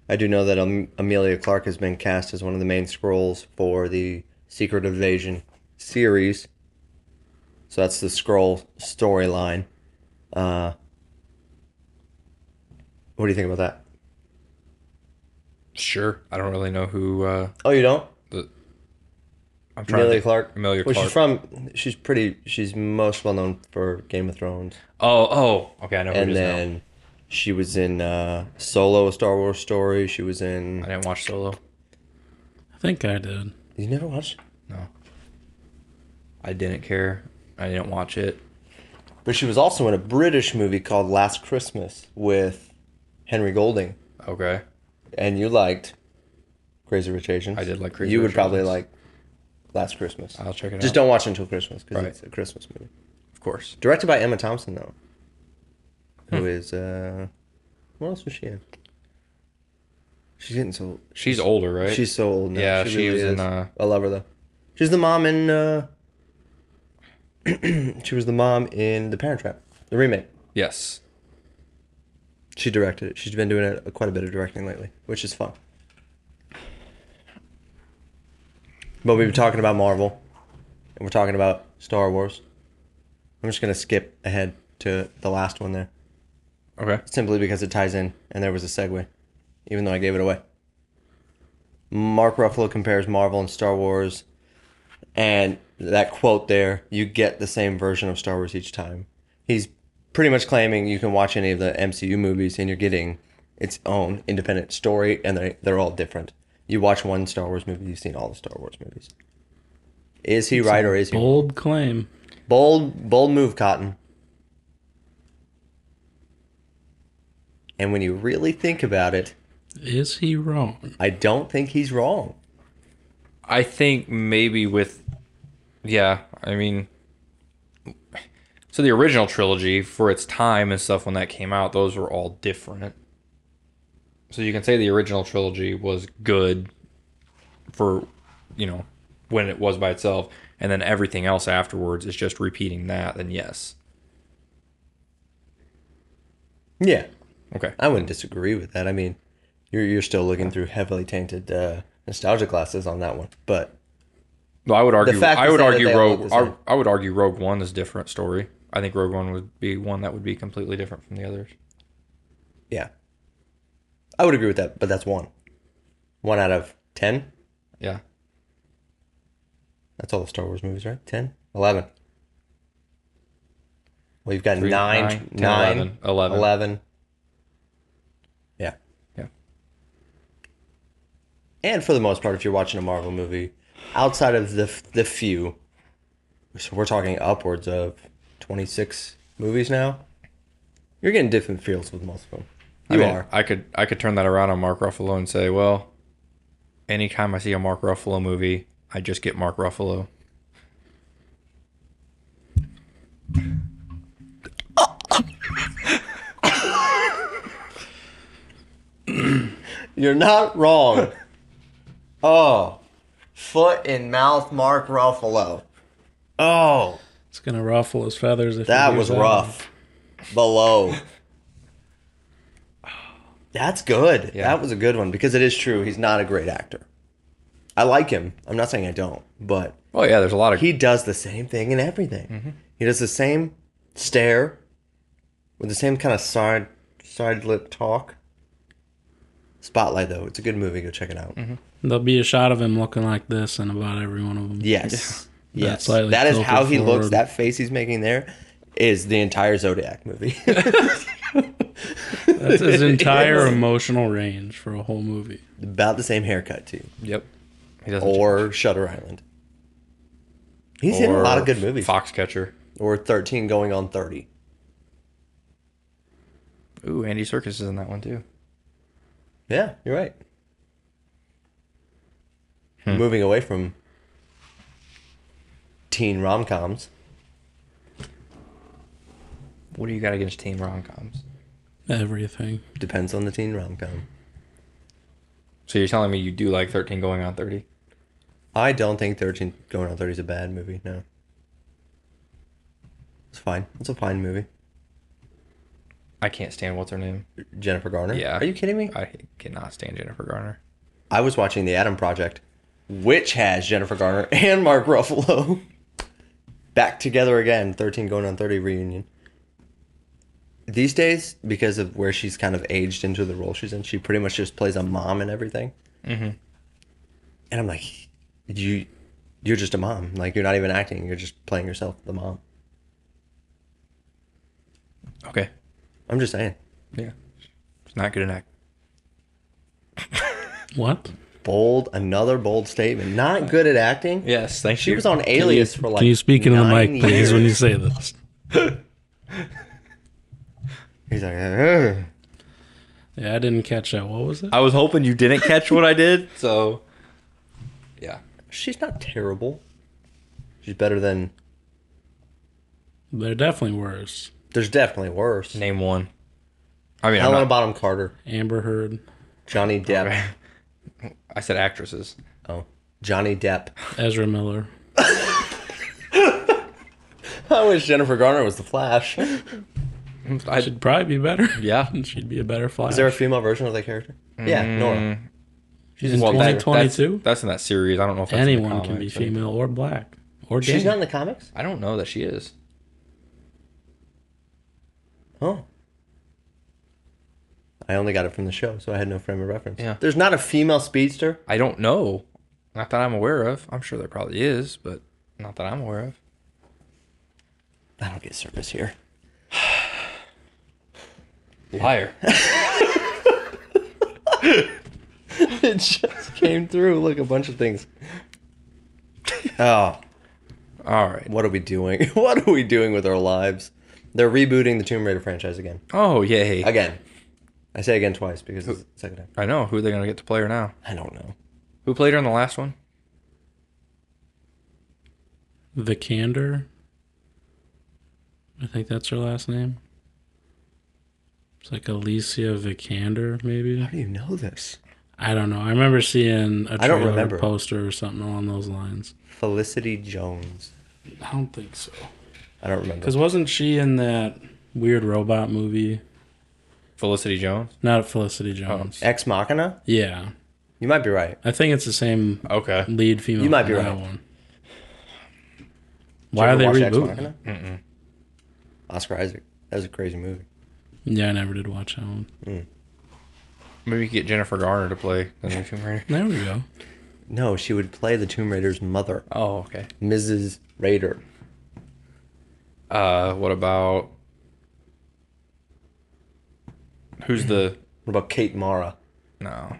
S1: I do know that Am- Amelia Clark has been cast as one of the main scrolls for the Secret Invasion series. So that's the scroll storyline. Uh, what do you think about that?
S2: Sure, I don't really know who. Uh,
S1: Oh, you don't?
S2: I'm trying to
S1: Amelia
S2: think-
S1: Clark.
S2: Amelia
S1: Well,
S2: Clark.
S1: she's from. She's pretty. She's most well known for Game of Thrones.
S2: Oh, oh, okay, I know who it
S1: and
S2: is now.
S1: then she was in uh, Solo, a Star Wars story. She was
S2: I
S1: in.
S2: didn't watch Solo.
S3: I think I did.
S1: You never watched,
S2: No, I didn't care. I didn't watch it.
S1: but she was also in a British movie called Last Christmas with Henry Golding,
S2: Okay,
S1: and you liked Crazy Rich Asians.
S2: I did like Crazy
S1: You
S2: Rich
S1: would probably
S2: Asians.
S1: like Last Christmas.
S2: I'll check it
S1: Just
S2: out.
S1: don't watch it until Christmas because
S2: Right.
S1: it's a Christmas movie.
S2: Of course,
S1: Directed by Emma Thompson though,
S2: Hmm.
S1: who is uh, what else was she in? She's getting so
S2: she's older, right?
S1: She's so old now.
S2: Yeah, she was in,
S1: is.
S2: uh,
S1: I love her though. She's the mom in. Uh, she was the mom in The Parent Trap, the remake.
S2: yes.
S1: She directed it. She's been doing it, uh, quite a bit of directing lately, which is fun. But we've been talking about Marvel, and we're talking about Star Wars. I'm just gonna skip ahead to the last one there,
S2: Okay.
S1: simply because it ties in, and there was a segue, even though I gave it away. Mark Ruffalo compares Marvel and Star Wars, and that quote there, you get the same version of Star Wars each time. He's pretty much claiming you can watch any of the MCU movies and you're getting its own independent story, and they they're all different. You watch one Star Wars movie, you've seen all the Star Wars movies. Is he right or is he
S3: Bold claim.
S1: bold? Bold move, Cotton. And when you really think about it,
S3: Is he wrong?
S1: I don't think he's wrong.
S2: I think maybe with, yeah. I mean, so the original trilogy for its time and stuff when that came out, those were all different. So you can say the original trilogy was good for, you know, when it was by itself, and then everything else afterwards is just repeating that. Then yes,
S1: Yeah,
S2: okay,
S1: I wouldn't disagree with that. I mean, you're you're still looking through heavily tainted uh, nostalgia glasses on that one, but
S2: Well, I would argue.
S1: fact
S2: I
S1: is
S2: would
S1: that
S2: argue
S1: they all look
S2: Rogue.
S1: the same.
S2: I, I would argue Rogue One is a different story. I think Rogue One would be one that would be completely different from the others.
S1: Yeah. I would agree with that, but that's one. One out of 10.
S2: Yeah,
S1: That's all the Star Wars movies, right? 10, 11. Well, you've got
S2: Three,
S1: nine,
S2: nine, ten,
S1: nine,
S2: 11, 11.
S1: 11. Yeah.
S2: Yeah.
S1: And for the most part, if you're watching a Marvel movie, outside of the the few, so we're talking upwards of 26 movies now, you're getting different feels with most of them.
S2: I
S1: You
S2: mean,
S1: are.
S2: I could. I could turn that around on Mark Ruffalo and say, well, anytime I see a Mark Ruffalo movie, I just get Mark Ruffalo.
S1: You're not wrong. oh, foot and mouth, Mark Ruffalo. Oh,
S3: It's gonna ruffle his feathers. If
S1: that
S3: you
S1: was
S3: do
S1: rough. Below. That's good.
S2: Yeah.
S1: That was a good one because it is true. He's not a great actor. I like him. I'm not saying I don't, but
S2: Oh yeah, there's a lot of.
S1: he does the same thing in everything.
S3: Mm-hmm.
S1: He does the same stare with the same kind of side side lip talk. Spotlight though, it's a good movie. Go check it out.
S3: There'll be a shot of him looking like this, and about every one of them.
S1: Yes.
S3: Yeah. That
S1: Yes.
S3: slightly
S1: That is
S3: tilted
S1: how he looks.
S3: forward.
S1: That face he's making there is the entire Zodiac movie.
S3: That's his entire emotional range for a whole movie.
S1: About the same haircut too.
S2: Yep. He doesn't.
S1: Or Shutter Island. He's in a
S2: or
S1: lot of good movies.
S2: Foxcatcher.
S1: Or 13 going on 30.
S2: Ooh, Andy Circus is in that one too.
S1: Yeah, you're right. Moving away from teen rom coms.
S2: What do you got against teen rom coms?
S3: Everything.
S1: Depends on the teen rom com.
S2: So you're telling me you do like 13 going on 30?
S1: I don't think 13 going on 30 is a bad movie. No. It's fine. It's a fine movie.
S2: I can't stand what's her name.
S1: Jennifer Garner.
S2: Yeah.
S1: Are you kidding me?
S2: I cannot stand Jennifer Garner.
S1: I was watching The Adam Project, which has Jennifer Garner and Mark Ruffalo back together again, 13 going on 30 reunion. These days, because of where she's kind of aged into the role she's in, she pretty much just plays a mom and everything. Mm-hmm. And I'm like, you, you're just a mom. Like you're not even acting. You're just playing yourself, the mom.
S2: Okay.
S1: I'm just saying,
S2: Yeah. She's not good in act.
S3: What?
S1: bold, another bold statement. Not good at acting.
S2: Yes, thank
S1: She was on Alias for like.
S3: Can you speak into the
S1: nine
S3: mic, please,
S1: years.
S3: when you say this?
S1: He's like, "Ugh."
S3: Yeah, I didn't catch that. What was it?
S2: I was hoping you didn't catch what I did, so yeah.
S1: She's not terrible. She's better than.
S3: They're definitely worse.
S1: There's definitely worse.
S2: Name one. I mean, I'm
S1: Helena
S2: not,
S1: Bottom Carter,
S3: Amber Heard,
S1: Johnny Depp.
S2: Okay. I said actresses.
S1: Oh, Johnny Depp.
S3: Ezra Miller.
S1: I wish Jennifer Garner was the Flash. Is
S2: I
S3: She'd probably be better.
S2: yeah.
S3: She'd be a better flash.
S1: there a female version of that character?
S2: Mm,
S1: Yeah, Nora.
S3: She's in
S2: Well, that- that's-
S3: 2022.
S2: That's in that series. I don't know if that's in the
S3: Anyone can
S2: comic,
S3: be
S2: but-
S3: female or black or gay.
S1: She's not in the comics.
S2: I don't know that she is.
S1: Oh. I only got it from the show, so I had no frame of reference.
S2: Yeah.
S1: There's not a female speedster.
S2: I don't know. Not that I'm aware of. I'm sure there probably is, but not that I'm aware of.
S1: I don't get service here.
S2: Liar.
S1: it just came through. Look, a bunch of things. Oh.
S2: All right.
S1: What are we doing? What are we doing with our lives? They're rebooting the Tomb Raider franchise again.
S2: Oh, yay. I,
S1: Again. I say again twice because it's the second time.
S2: know. Who are they going to get to play her now?
S1: I don't know.
S2: Who played her in the last one?
S3: the Candor. I think that's her last name. It's like Alicia Vikander, maybe.
S1: How do you know this?
S3: I don't know. I remember seeing a
S1: I don't
S3: trailer
S1: remember.
S3: poster or something along those lines.
S1: Felicity Jones.
S3: I don't think so.
S1: I don't remember.
S3: Because wasn't she in that weird robot movie?
S2: Felicity Jones.
S3: Not Felicity Jones.
S1: Ex Machina?
S3: Yeah.
S1: You might be right.
S3: I think it's the same
S2: Okay.
S3: lead female.
S1: You might be
S3: in
S1: right.
S3: that One. Why are
S1: Ever
S3: they
S1: watch Ex Machina?
S3: rebooting?
S1: Oscar Isaac. That was a crazy movie.
S3: Yeah, I never did watch that one.
S2: Maybe you could get Jennifer Garner to play the new Tomb Raider.
S3: There we go.
S1: No, she would play the Tomb Raider's mother,
S2: Oh, okay.
S1: Mrs. Raider.
S2: Uh, what about who's the
S1: What about Kate Mara?
S2: no?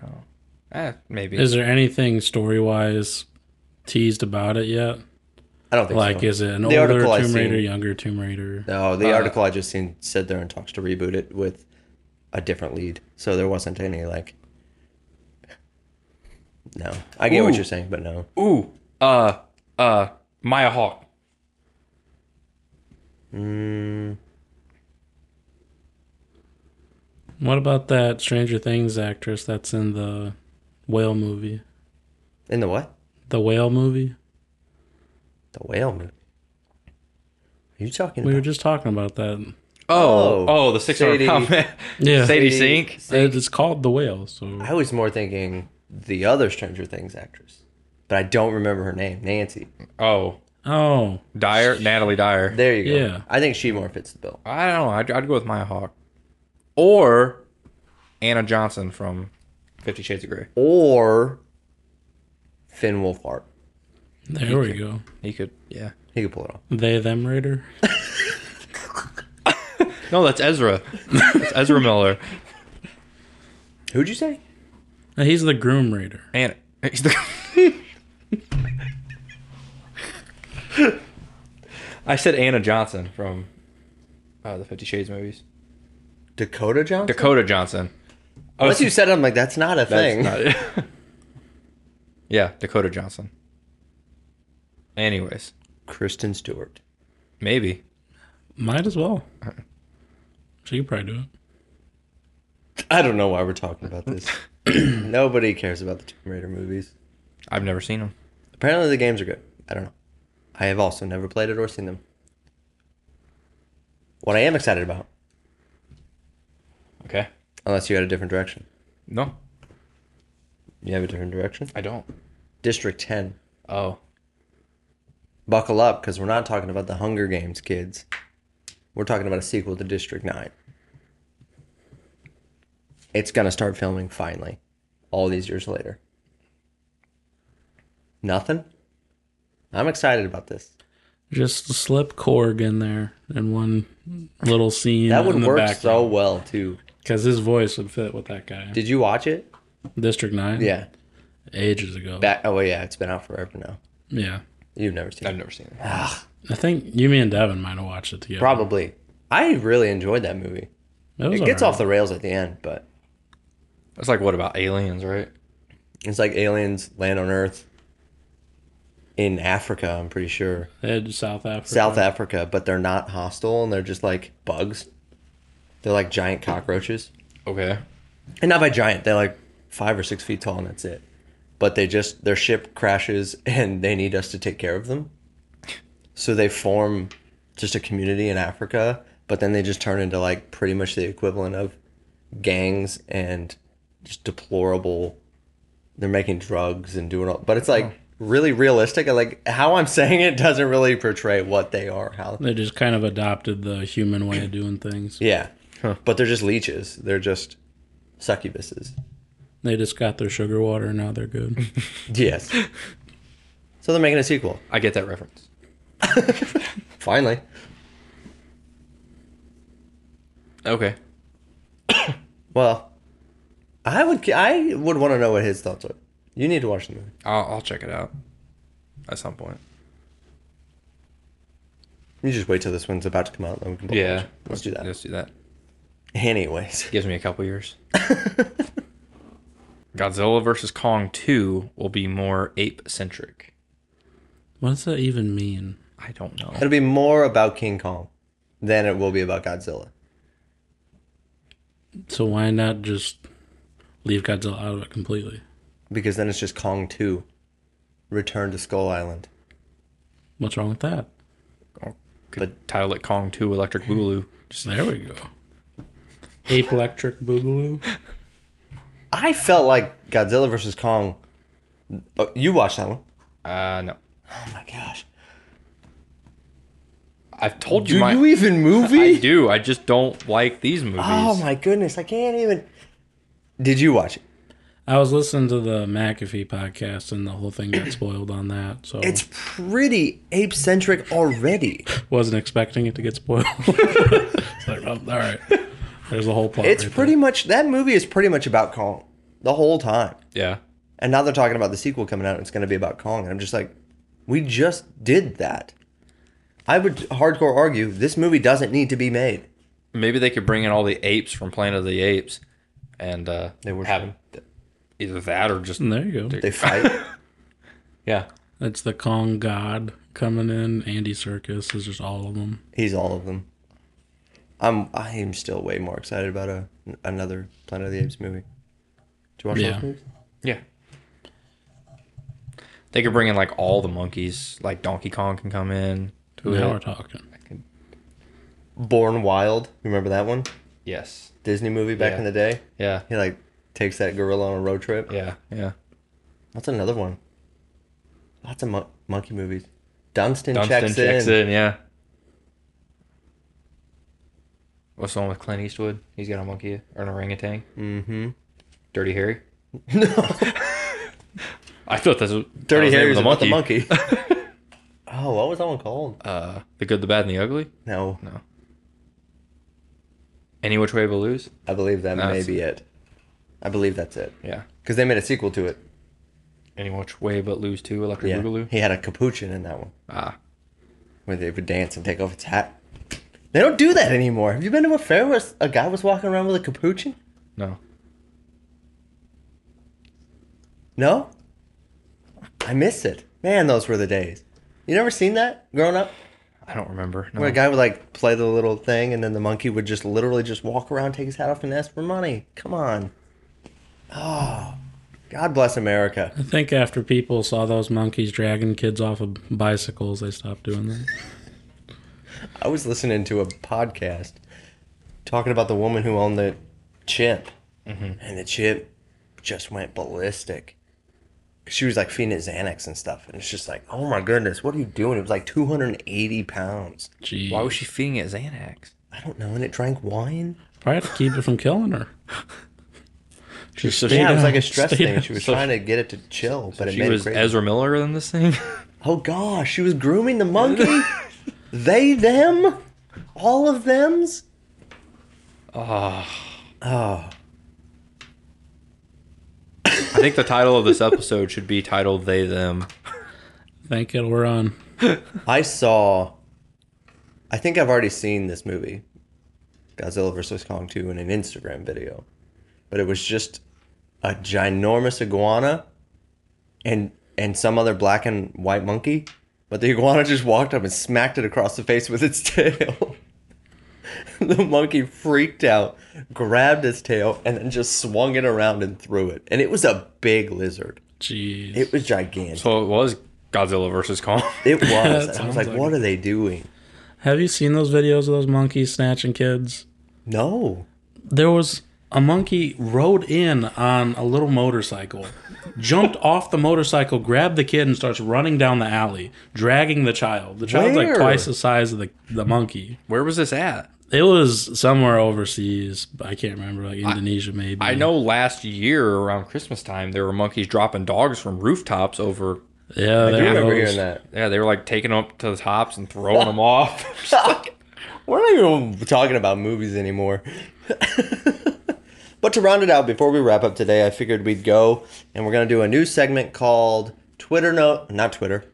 S2: No, eh, maybe.
S3: Is there anything story wise teased about it yet?
S1: I don't think
S3: Like,
S1: so.
S3: is it an
S1: The
S3: older
S1: article I
S3: Tomb Raider,
S1: seen-
S3: younger Tomb Raider?
S1: No, the
S2: Uh,
S1: article I just seen said they're in talks to reboot it with a different lead, so there wasn't any like. No, I get what
S2: Ooh.
S1: you're saying, but no.
S2: Ooh, uh, uh, Maya Hawk.
S3: What about that Stranger Things actress that's in the whale movie?
S1: In the what?
S3: The whale movie?
S1: The whale movie. Are you talking
S3: We were
S1: about?
S3: just talking about that.
S1: Oh,
S2: Oh, oh, the six hundred
S1: Sadie.
S2: pound man.
S3: Yeah.
S2: Sadie
S1: Sadie.
S2: Sink.
S3: It's called The Whale, so
S1: I was more thinking the other Stranger Things actress, but I don't remember her name. Nancy.
S2: Oh,
S3: Oh.
S2: Dyer, Natalie Dyer.
S1: There you go.
S3: Yeah.
S1: I think she more fits the bill.
S2: I don't know. I'd, I'd go with Maya Hawk or Anna Johnson from Fifty Shades of Grey.
S1: Or Finn Wolfhard.
S3: There we go.
S2: He could, yeah.
S1: He could pull it off.
S3: They them raider.
S2: No, that's Ezra. that's Ezra Miller.
S1: Who'd you say?
S3: Uh, He's the groom raider.
S2: And he's the. I said Anna Johnson from uh, the Fifty Shades movies.
S1: Dakota Johnson?
S2: Dakota Johnson. Oh,
S1: Unless you said it, I'm like, that's not a thing.
S2: yeah, Dakota Johnson. Anyways,
S1: Kristen Stewart.
S2: maybe.
S3: Might as well. She could probably do it.
S1: I don't know why we're talking about this. Nobody cares about the Tomb Raider movies.
S2: I've never seen him.
S1: Apparently, the games are good. I don't know. I have also never played it or seen them. What I am excited about,
S2: Okay.
S1: unless you had a different direction.
S2: No,
S1: You have a different direction?
S2: I don't.
S1: District 10.
S2: Oh.
S1: Buckle up, because we're not talking about the Hunger Games, kids. We're talking about a sequel to District 9. It's going to start filming finally, all these years later. Nothing? I'm excited about this.
S3: Just slip Korg in there in one little scene.
S1: That would
S3: in the
S1: work so well, too.
S3: because his voice would fit with that guy.
S1: Did you watch it?
S3: District Nine.
S1: Yeah.
S3: ages ago.
S1: That, oh, yeah, it's been out forever now.
S3: yeah,
S1: You've never seen it.
S2: I've never seen it.
S3: I think you, me, and Devin might have watched it together.
S1: Probably. I really enjoyed that movie.
S3: it, was
S1: It gets
S3: alright.
S1: off the rails at the end, but
S2: It's like what about aliens, right?
S1: it's like aliens land on Earth in Africa, I'm pretty sure.
S3: They had South Africa.
S1: South Africa, but they're not hostile and they're just like bugs. They're like giant cockroaches.
S2: Okay.
S1: And not by giant, they're like five or six feet tall and that's it. But they just, their ship crashes and they need us to take care of them. So they form just a community in Africa, but then they just turn into like pretty much the equivalent of gangs and just deplorable. They're making drugs and doing all, but it's like really realistic. I like how I'm saying it doesn't really portray what they are, how
S3: They just kind of adopted the human way of doing things.
S1: yeah. But they're just leeches. They're just succubuses.
S3: They just got their sugar water. and Now they're good.
S1: Yes. so they're making a sequel.
S2: I get that reference.
S1: Finally.
S2: Okay.
S1: Well, I would I would want to know what his thoughts are. You need to watch the movie.
S2: I'll, I'll check it out at some point.
S1: You just wait till this one's about to come out. Then we can both watch
S2: Yeah.
S1: it. Let's do that.
S2: Let's do that.
S1: Anyways.
S2: Gives me a couple years. Godzilla versus Kong 2 will be more ape centric.
S3: what does that even mean?
S2: I don't know.
S1: It'll be more about King Kong than it will be about Godzilla.
S3: So why not just leave Godzilla out of it completely?
S1: Because then it's just Kong 2. Return to Skull Island.
S3: What's wrong with that?
S2: Or Could title it Kong 2 Electric Boogaloo. Just
S3: There we go. Ape Electric Boogaloo.
S1: I felt like Godzilla versus Kong. Oh, you uh, watched that one.
S2: uh no.
S1: Oh my gosh.
S2: I've told you
S1: Do
S2: my.
S1: you even
S2: I
S1: movie?
S2: do. I just don't like these movies.
S1: oh my goodness, I can't even. Did you watch it?
S3: I was listening to the McAfee podcast and the whole thing got spoiled on that, so
S1: It's pretty ape centric already.
S3: wasn't expecting it to get spoiled. It's like, oh, all right, there's the whole plot.
S1: It's
S3: right
S1: pretty much that movie is pretty much about Kong the whole time.
S2: Yeah.
S1: And now they're talking about the sequel coming out and it's going to be about Kong and I'm just like we just did that. I would hardcore argue this movie doesn't need to be made.
S2: Maybe they could bring in all the apes from Planet of the Apes, and uh,
S1: They Mm. were-
S2: have 'em- either that or just
S3: there. There you go.
S1: They fight.
S2: yeah.
S3: That's the Kong God coming in. Andy Circus is just all of them.
S1: He's all of them. I'm I am still way more excited about a another Planet of the Apes movie. Did you watch
S3: Yeah.
S1: those movies?
S2: Yeah. They could bring in like all the monkeys, like Donkey Kong can come in. To
S3: now
S2: it.
S3: we're talking.
S1: Born Wild. Remember that one?
S2: Yes.
S1: Disney movie back
S2: Yeah.
S1: in the day.
S2: Yeah.
S1: He like takes that gorilla on a road trip.
S2: Yeah. Yeah.
S1: What's another one? Lots of mon- monkey movies. Dunstan,
S2: Dunstan
S1: checks,
S2: checks,
S1: in.
S2: in. Yeah. What's the one with Clint Eastwood? He's got a monkey or an orangutan.
S1: Mm-hmm.
S2: Dirty Harry.
S1: No,
S2: I thought that's was
S1: Dirty
S2: that
S1: Harry's
S2: was the name
S1: about
S2: of
S1: the
S2: the monkey.
S1: monkey. oh, what was that one called?
S2: Uh, the Good, the Bad, and the Ugly.
S1: No,
S2: No. Any which way but lose.
S1: I believe that may
S2: That's-
S1: be it. I believe that's it
S2: Yeah.
S1: because they made a sequel to it.
S2: Any which way but lose two. Electric
S1: Yeah,
S2: Boogaloo.
S1: he had a capuchin in that one
S2: Ah.
S1: where they would dance and take off its hat. They don't do that anymore. Have you been to a fair where a guy was walking around with a capuchin?
S2: No.
S1: No? I miss it. Man, those were the days. You never seen that growing up?
S2: I don't remember. No.
S1: Where a guy would like play the little thing and then the monkey would just literally just walk around, take his hat off, and ask for money. Come on. Oh, God bless America.
S3: I think after people saw those monkeys dragging kids off of bicycles, they stopped doing that.
S1: I was listening to a podcast talking about the woman who owned the chimp, and the chimp just went ballistic. She was like feeding it Xanax and stuff, and it's just like, oh my goodness, what are you doing? It was like 280 pounds.
S3: Jeez.
S2: Why was she feeding it Xanax?
S1: I don't know, and it drank wine.
S3: Probably have to keep it from killing her. She stayed
S1: Yeah, it was
S3: out-
S1: like a stress
S3: stayed
S1: thing.
S3: out.
S1: She was
S2: So-
S1: trying to get it to chill, but it
S2: She
S1: made
S2: was
S1: it crazy.
S2: Ezra Miller in this thing.
S1: Oh gosh, she was grooming the monkey. they, them, all of them's.
S2: Ah.
S1: Oh,
S2: I think the title of this episode should be titled "They Them."
S3: Thank it, we're on.
S1: I saw. I think I've already seen this movie, Godzilla vs Kong two, in an Instagram video, but it was just a ginormous iguana, and and some other black and white monkey. But the iguana just walked up and smacked it across the face with its tail. the monkey freaked out, grabbed its tail, and then just swung it around and threw it. And it was a big lizard.
S3: Jeez.
S1: It was gigantic.
S2: So it was Godzilla versus Kong.
S1: It was. and I
S3: sounds
S1: was like,
S3: like
S1: what are they doing?
S3: Have you seen those videos of those monkeys snatching kids?
S1: No.
S3: There was a monkey rode in on a little motorcycle, jumped off the motorcycle, grabbed the kid, and starts running down the alley, dragging the child. The child's
S1: Where?
S3: like twice the size of the, the monkey.
S2: Where was this at?
S3: It was somewhere overseas. but I can't remember, like Indonesia, maybe.
S1: Mm.
S2: I know last year around Christmas time there were monkeys dropping dogs from rooftops over.
S3: Yeah,
S1: I do
S3: there
S1: remember
S3: was.
S1: hearing that.
S2: Yeah, they were like taking them up to the tops and throwing them off.
S1: We're not even talking about movies anymore. but to round it out, before we wrap up today, I figured we'd go and we're going to do a new segment called Twitter No, not Twitter.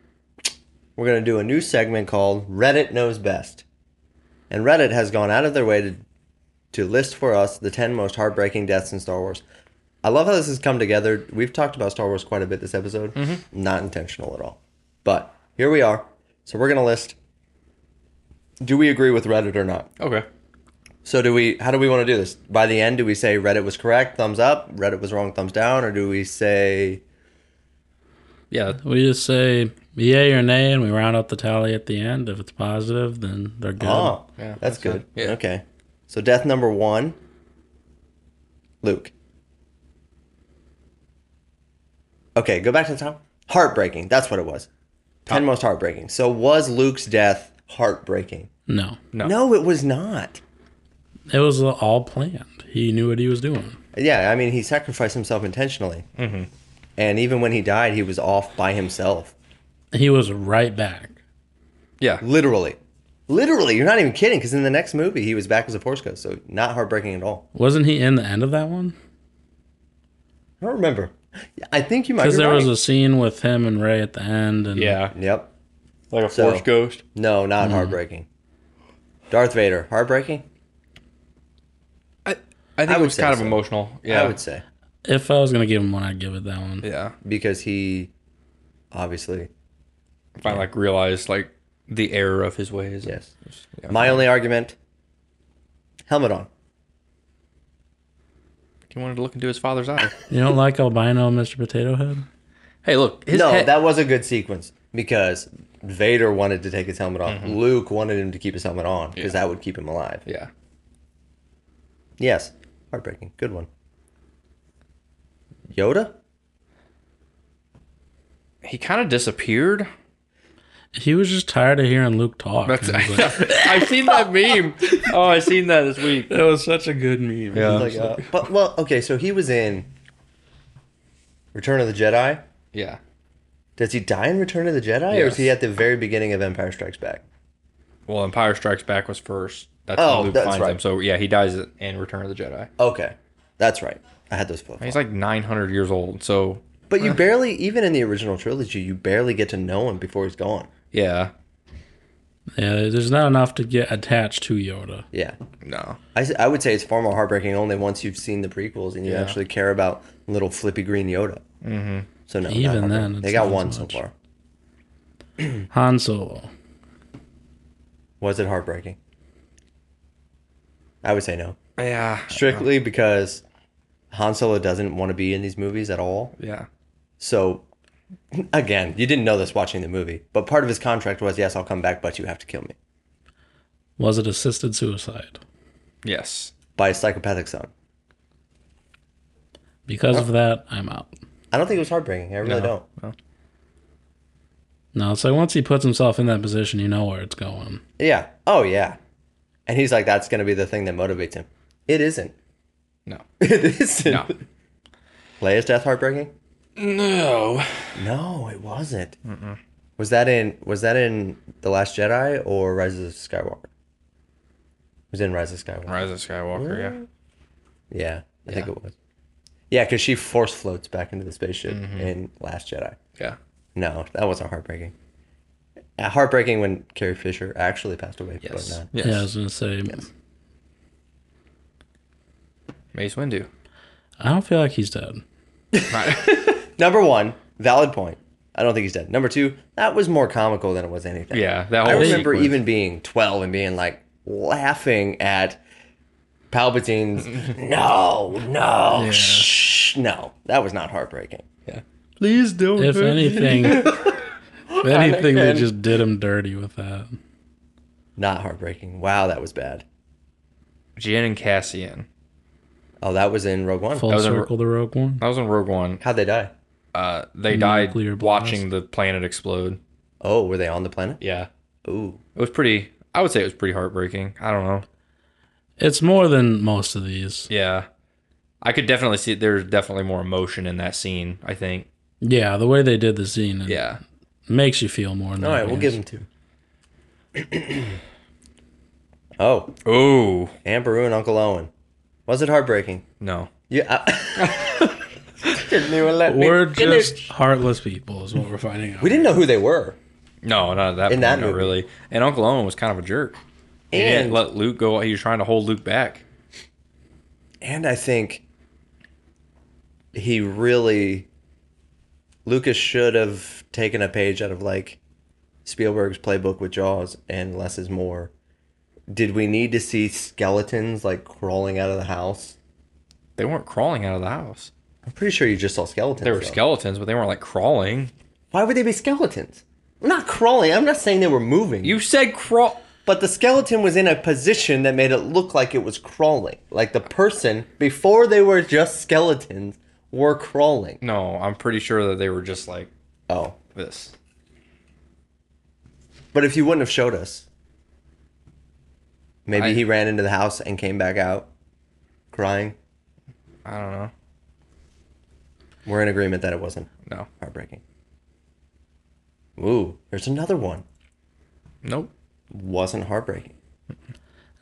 S1: We're going to do a new segment called Reddit Knows Best. And Reddit has gone out of their way to, to list for us the 10 most heartbreaking deaths in Star Wars. I love how this has come together. We've talked about Star Wars quite a bit this episode. Not intentional at all. But here we are. So we're going to list do we agree with Reddit or not?
S2: okay.
S1: So do we? How do we want to do this? By the end, do we say Reddit was correct, thumbs up? Reddit was wrong, thumbs down? Or do we say
S2: Yeah,
S3: We just say yay or nay, and we round up the tally at the end. If it's positive, then they're good.
S1: oh,
S2: Yeah,
S1: that's,
S2: that's
S1: good.
S2: good. Yeah.
S1: Okay. So death number one, Luke. Okay, go back to the top. Heartbreaking. That's what it was. Ten most heartbreaking. So was Luke's death heartbreaking?
S3: No,
S2: No.
S1: No, it was not.
S3: it was all planned. He knew what he was doing.
S1: Yeah, I mean, he sacrificed himself intentionally. Mm-hmm. And even when he died, he was off by himself.
S3: He was right back.
S2: Yeah.
S1: Literally. Literally. You're not even kidding, because in the next movie, he was back as a force ghost. So not heartbreaking at all.
S3: Wasn't he in the end of that one?
S1: I don't remember. I think you might be
S3: Because there was
S1: right.
S3: a scene with him and Ray at the end, and
S2: Yeah.
S1: Yep.
S2: Like a
S1: So-
S2: force ghost.
S1: No,
S2: Mm-hmm.
S1: not heartbreaking. Darth Vader, heartbreaking?
S2: I, I think
S1: I
S2: it
S1: would
S2: was
S1: say
S2: kind of
S1: so.
S2: emotional. Yeah.
S1: I would say.
S3: if I was gonna give him one, I'd give it that one.
S2: Yeah.
S1: Because he obviously
S2: If I like realized like the error of his ways.
S1: Yes.
S2: Yeah.
S1: My only argument helmet on.
S2: He wanted to look into his father's eye.
S3: You don't like albino Mr. Potato Head?
S2: hey, look. His
S1: no,
S2: head,
S1: that was a good sequence because Vader wanted to take his helmet off.
S2: Mm-hmm.
S1: Luke wanted him to keep his helmet on because that would keep him alive.
S2: Yeah.
S1: Yes. Heartbreaking. Good one. Yoda?
S2: He kind of disappeared.
S3: He was just tired of hearing Luke talk.
S2: That's,
S3: and he was like-
S2: I've seen that meme. Oh, I've seen that this week.
S3: That was such a good meme.
S2: Yeah.
S1: Like, uh, but well, okay, so he was in Return of the Jedi.
S2: Yeah.
S1: Does he die in Return of the Jedi or is
S2: Yes.
S1: he at the very beginning of Empire Strikes Back?
S2: Well, Empire Strikes Back was first. That's
S1: Oh,
S2: when Luke
S1: that's
S2: finds
S1: right.
S2: him. So yeah, he dies in Return of the Jedi.
S1: Okay. That's right. I had those both.
S2: He's like 900 years old. So
S1: But you barely even in the original trilogy, you barely get to know him before he's gone.
S2: yeah,
S3: Yeah, there's not enough to get attached to Yoda.
S1: Yeah.
S2: no,
S1: I, s- I would say it's far more heartbreaking only once you've seen the prequels and you
S2: Yeah.
S1: actually care about little flippy green Yoda. Mm-hmm. So no, not
S3: Even then,
S1: heartbreaking.
S3: it's
S1: they got
S3: not
S1: one
S3: as
S1: so
S3: much.
S1: far.
S3: Han Solo.
S1: Was it heartbreaking? I would say no.
S2: yeah,
S1: Strictly because Han Solo doesn't want to be in these movies at all.
S2: yeah,
S1: So again, you didn't know this watching the movie, but part of his contract was yes, I'll come back, but you have to kill me
S3: Was it assisted suicide?
S2: yes.
S1: by a psychopathic son.
S3: Because of that, I'm out.
S1: I don't think it was heartbreaking. I really
S2: No.
S1: don't.
S3: No, it's like once he puts himself in that position, you know where it's going.
S1: Yeah. Oh yeah. And he's like, that's gonna be the thing that motivates him. It isn't.
S2: No,
S1: It isn't.
S2: no,
S1: Leia's death heartbreaking?
S2: no.
S1: No, it wasn't. Was that in Was that in the Last Jedi or Rise of Skywalker? It was in Rise of Skywalker.
S2: Rise of Skywalker. Yeah,
S1: Yeah, I think it was. Yeah, because she force floats back into the spaceship
S2: Mm-hmm.
S1: in Last Jedi.
S2: yeah.
S1: No, that wasn't heartbreaking. Uh, Heartbreaking when Carrie Fisher actually passed away. but
S2: Yes.
S1: not-
S2: yes,
S3: Yeah, I was gonna say.
S2: Mace Windu.
S3: I don't feel like he's dead.
S2: Right.
S1: Number one, valid point. I don't think he's dead. Number two, that was more comical than it was anything.
S2: yeah, that
S1: I
S2: whole
S1: remember
S2: sequence.
S1: even being 12 and being like laughing at Palpatine's no, no, shh, no. That was not heartbreaking.
S2: Please don't.
S3: If anything, if anything, they just did him dirty with that.
S1: Not heartbreaking. Wow, that was bad.
S2: Jin and Cassian.
S1: Oh, that was in Rogue One.
S3: Full
S2: was a-
S3: circle, the Rogue One.
S2: That was in Rogue One.
S1: How'd they die?
S2: Uh, they died
S3: Nuclear blast.
S2: watching the planet explode.
S1: Oh, were they on the planet?
S2: Yeah,
S1: Ooh.
S2: it was pretty. I would say it was pretty heartbreaking. I don't know.
S3: It's more than most of these.
S2: Yeah. I could definitely see there's definitely more emotion in that scene, I think.
S3: Yeah, the way they did the scene it
S2: Yeah.
S3: makes you feel more.
S1: All right, we'll give them two. oh,
S2: Oh,
S1: Aunt Beru and Uncle Owen. Was it heartbreaking?
S2: no.
S1: Yeah. I- didn't even let me
S3: We're
S1: finish.
S3: just heartless people, is what we're finding out.
S1: We didn't know who they were.
S2: No, not at that
S1: In
S2: point,
S1: that
S2: not
S1: movie.
S2: really. And Uncle Owen was kind of a jerk. He didn't
S1: And
S2: let Luke go. He was trying to hold Luke back.
S1: And I think he really Lucas should have taken a page out of like Spielberg's playbook with Jaws and less is more. Did we need to see skeletons like crawling out of the house?
S2: They weren't crawling out of the house.
S1: I'm pretty sure you just saw skeletons.
S2: They were
S1: though.
S2: skeletons, but they weren't like crawling.
S1: Why would they be skeletons? Not crawling. I'm not saying they were moving.
S2: You said crawl.
S1: but the skeleton was in a position that made it look like it was crawling. Like the person before they were just skeletons were crawling.
S2: No, I'm pretty sure that they were just like
S1: Oh,
S2: this.
S1: But if you wouldn't have showed us, maybe
S2: I-
S1: he ran into the house and came back out crying.
S2: I don't know.
S1: We're in agreement that it wasn't
S2: No.
S1: heartbreaking. Ooh, there's another one.
S2: Nope.
S1: Wasn't heartbreaking.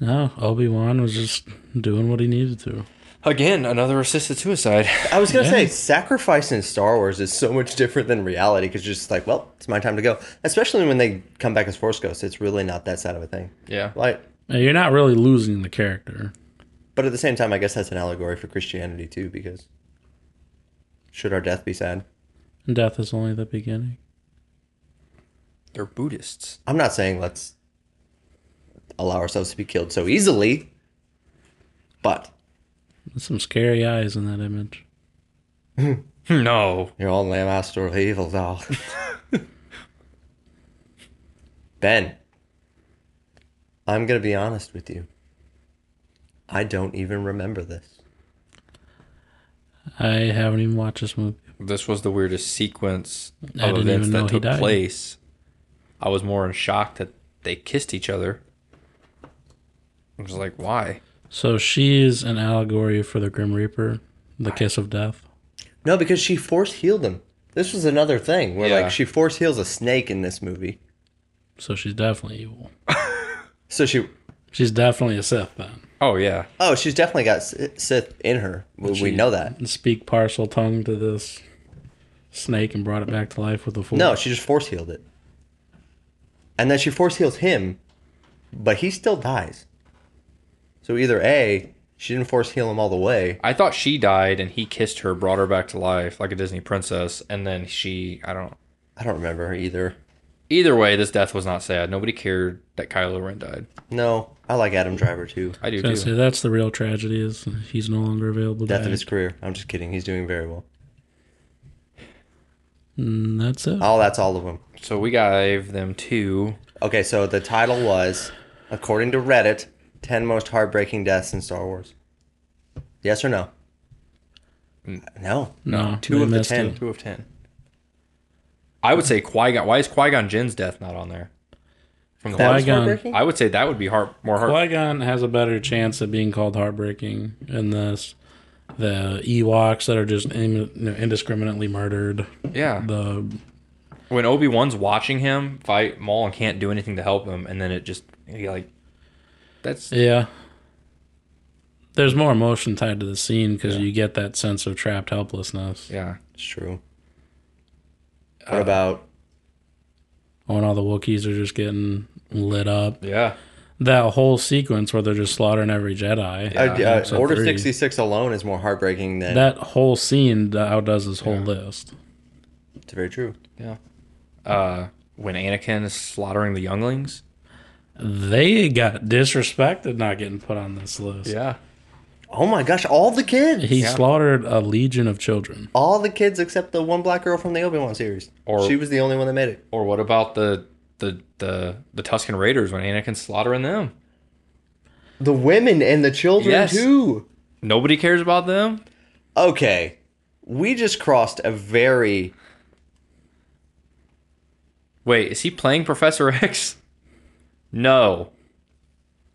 S3: No, Obi Wan was just doing what he needed to.
S2: Again, another assisted suicide.
S1: I was gonna say sacrifice in Star Wars is so much different than reality because you're just like, well, it's my time to go. Especially when they come back as Force ghosts, it's really not that sad of a thing.
S2: yeah.
S1: Like,
S3: Now, You're not really losing the character.
S1: but at the same time, I guess that's an allegory for Christianity too, because should our death be sad?
S3: Death is only the beginning.
S2: They're Buddhists.
S1: I'm not saying let's allow ourselves to be killed so easily, but
S3: There's some scary eyes in that image.
S2: No.
S1: you're only a master of evil, though. ben, I'm gonna be honest with you. I don't even remember this.
S3: I haven't even watched this movie.
S2: This was the weirdest sequence of
S3: I didn't
S2: events
S3: even know
S2: that
S3: he
S2: took
S3: died.
S2: place. I was more in shock that they kissed each other. I was like, why?
S3: So she's an allegory for the Grim Reaper, the kiss of death.
S1: No, because she force healed him. This was another thing where
S2: Yeah.
S1: like she force heals a snake in this movie.
S3: So she's definitely evil.
S1: So she,
S3: She's definitely a Sith then.
S2: Oh yeah.
S1: oh, she's definitely got S- Sith in her. We, we know that.
S3: Speak parcel tongue to this snake and brought it back to life with the force.
S1: No, she just force healed it. And then she force heals him, but he still dies. So either A, she didn't force heal him all the way.
S2: I thought she died and he kissed her, brought her back to life like a Disney princess, and then she I don't
S1: I don't remember either.
S2: Either way, this death was not sad. Nobody cared that Kylo Ren died.
S1: No, I like Adam Driver too.
S2: I do
S3: I was
S2: too.
S3: gonna say that's the real tragedy is he's no longer available.
S1: Death
S3: to
S1: of his
S3: act.
S1: career. I'm just kidding. He's doing very well.
S3: And Mm, that's it.
S1: Oh, that's all of them.
S2: So we gave them two.
S1: Okay, so the title was, according to Reddit, 10 most heartbreaking deaths in Star Wars. Yes or no?
S3: Mm.
S1: No.
S3: no,
S1: Two
S3: they
S1: of the
S3: missed
S1: 10.
S3: it.
S2: Two of ten. I would say Qui Gon. Why is Qui Gon Jinn's death not on there? From the
S1: That was
S3: Qui-Gon.
S1: heartbreaking?
S2: I would say that would be heart more heart.
S3: Qui-Gon has a better chance of being called heartbreaking in this. The Ewoks that are just im- you know, indiscriminately murdered.
S2: Yeah.
S3: The
S2: When Obi Wan's watching him fight Maul and can't do anything to help him, and then it just he like that's
S3: yeah. There's more emotion tied to the scene because you get that sense of trapped helplessness.
S2: yeah.
S1: It's true.
S3: Uh,
S1: What about
S3: When all the Wookiees are just getting lit up.
S2: Yeah.
S3: That whole sequence where they're just slaughtering every Jedi.
S1: uh, uh,
S3: so
S1: Order
S3: three.
S1: 66 alone is more heartbreaking than.
S3: That whole scene outdoes this whole list.
S1: it's very true.
S2: Uh when Anakin is slaughtering the younglings.
S3: They got disrespected not getting put on this list.
S2: Yeah.
S1: Oh my gosh, all the kids!
S3: He
S2: Yeah.
S3: slaughtered a legion of children.
S1: all the kids except the one black girl from the Obi Wan series.
S2: Or-
S1: she was the only one that made it.
S2: Or what about the the the the Tusken Raiders when Anakin's slaughtering them?
S1: The women and the children,
S2: Yes.
S1: too.
S2: Nobody cares about them.
S1: Okay, we just crossed a very.
S2: Wait, is he playing Professor X? No.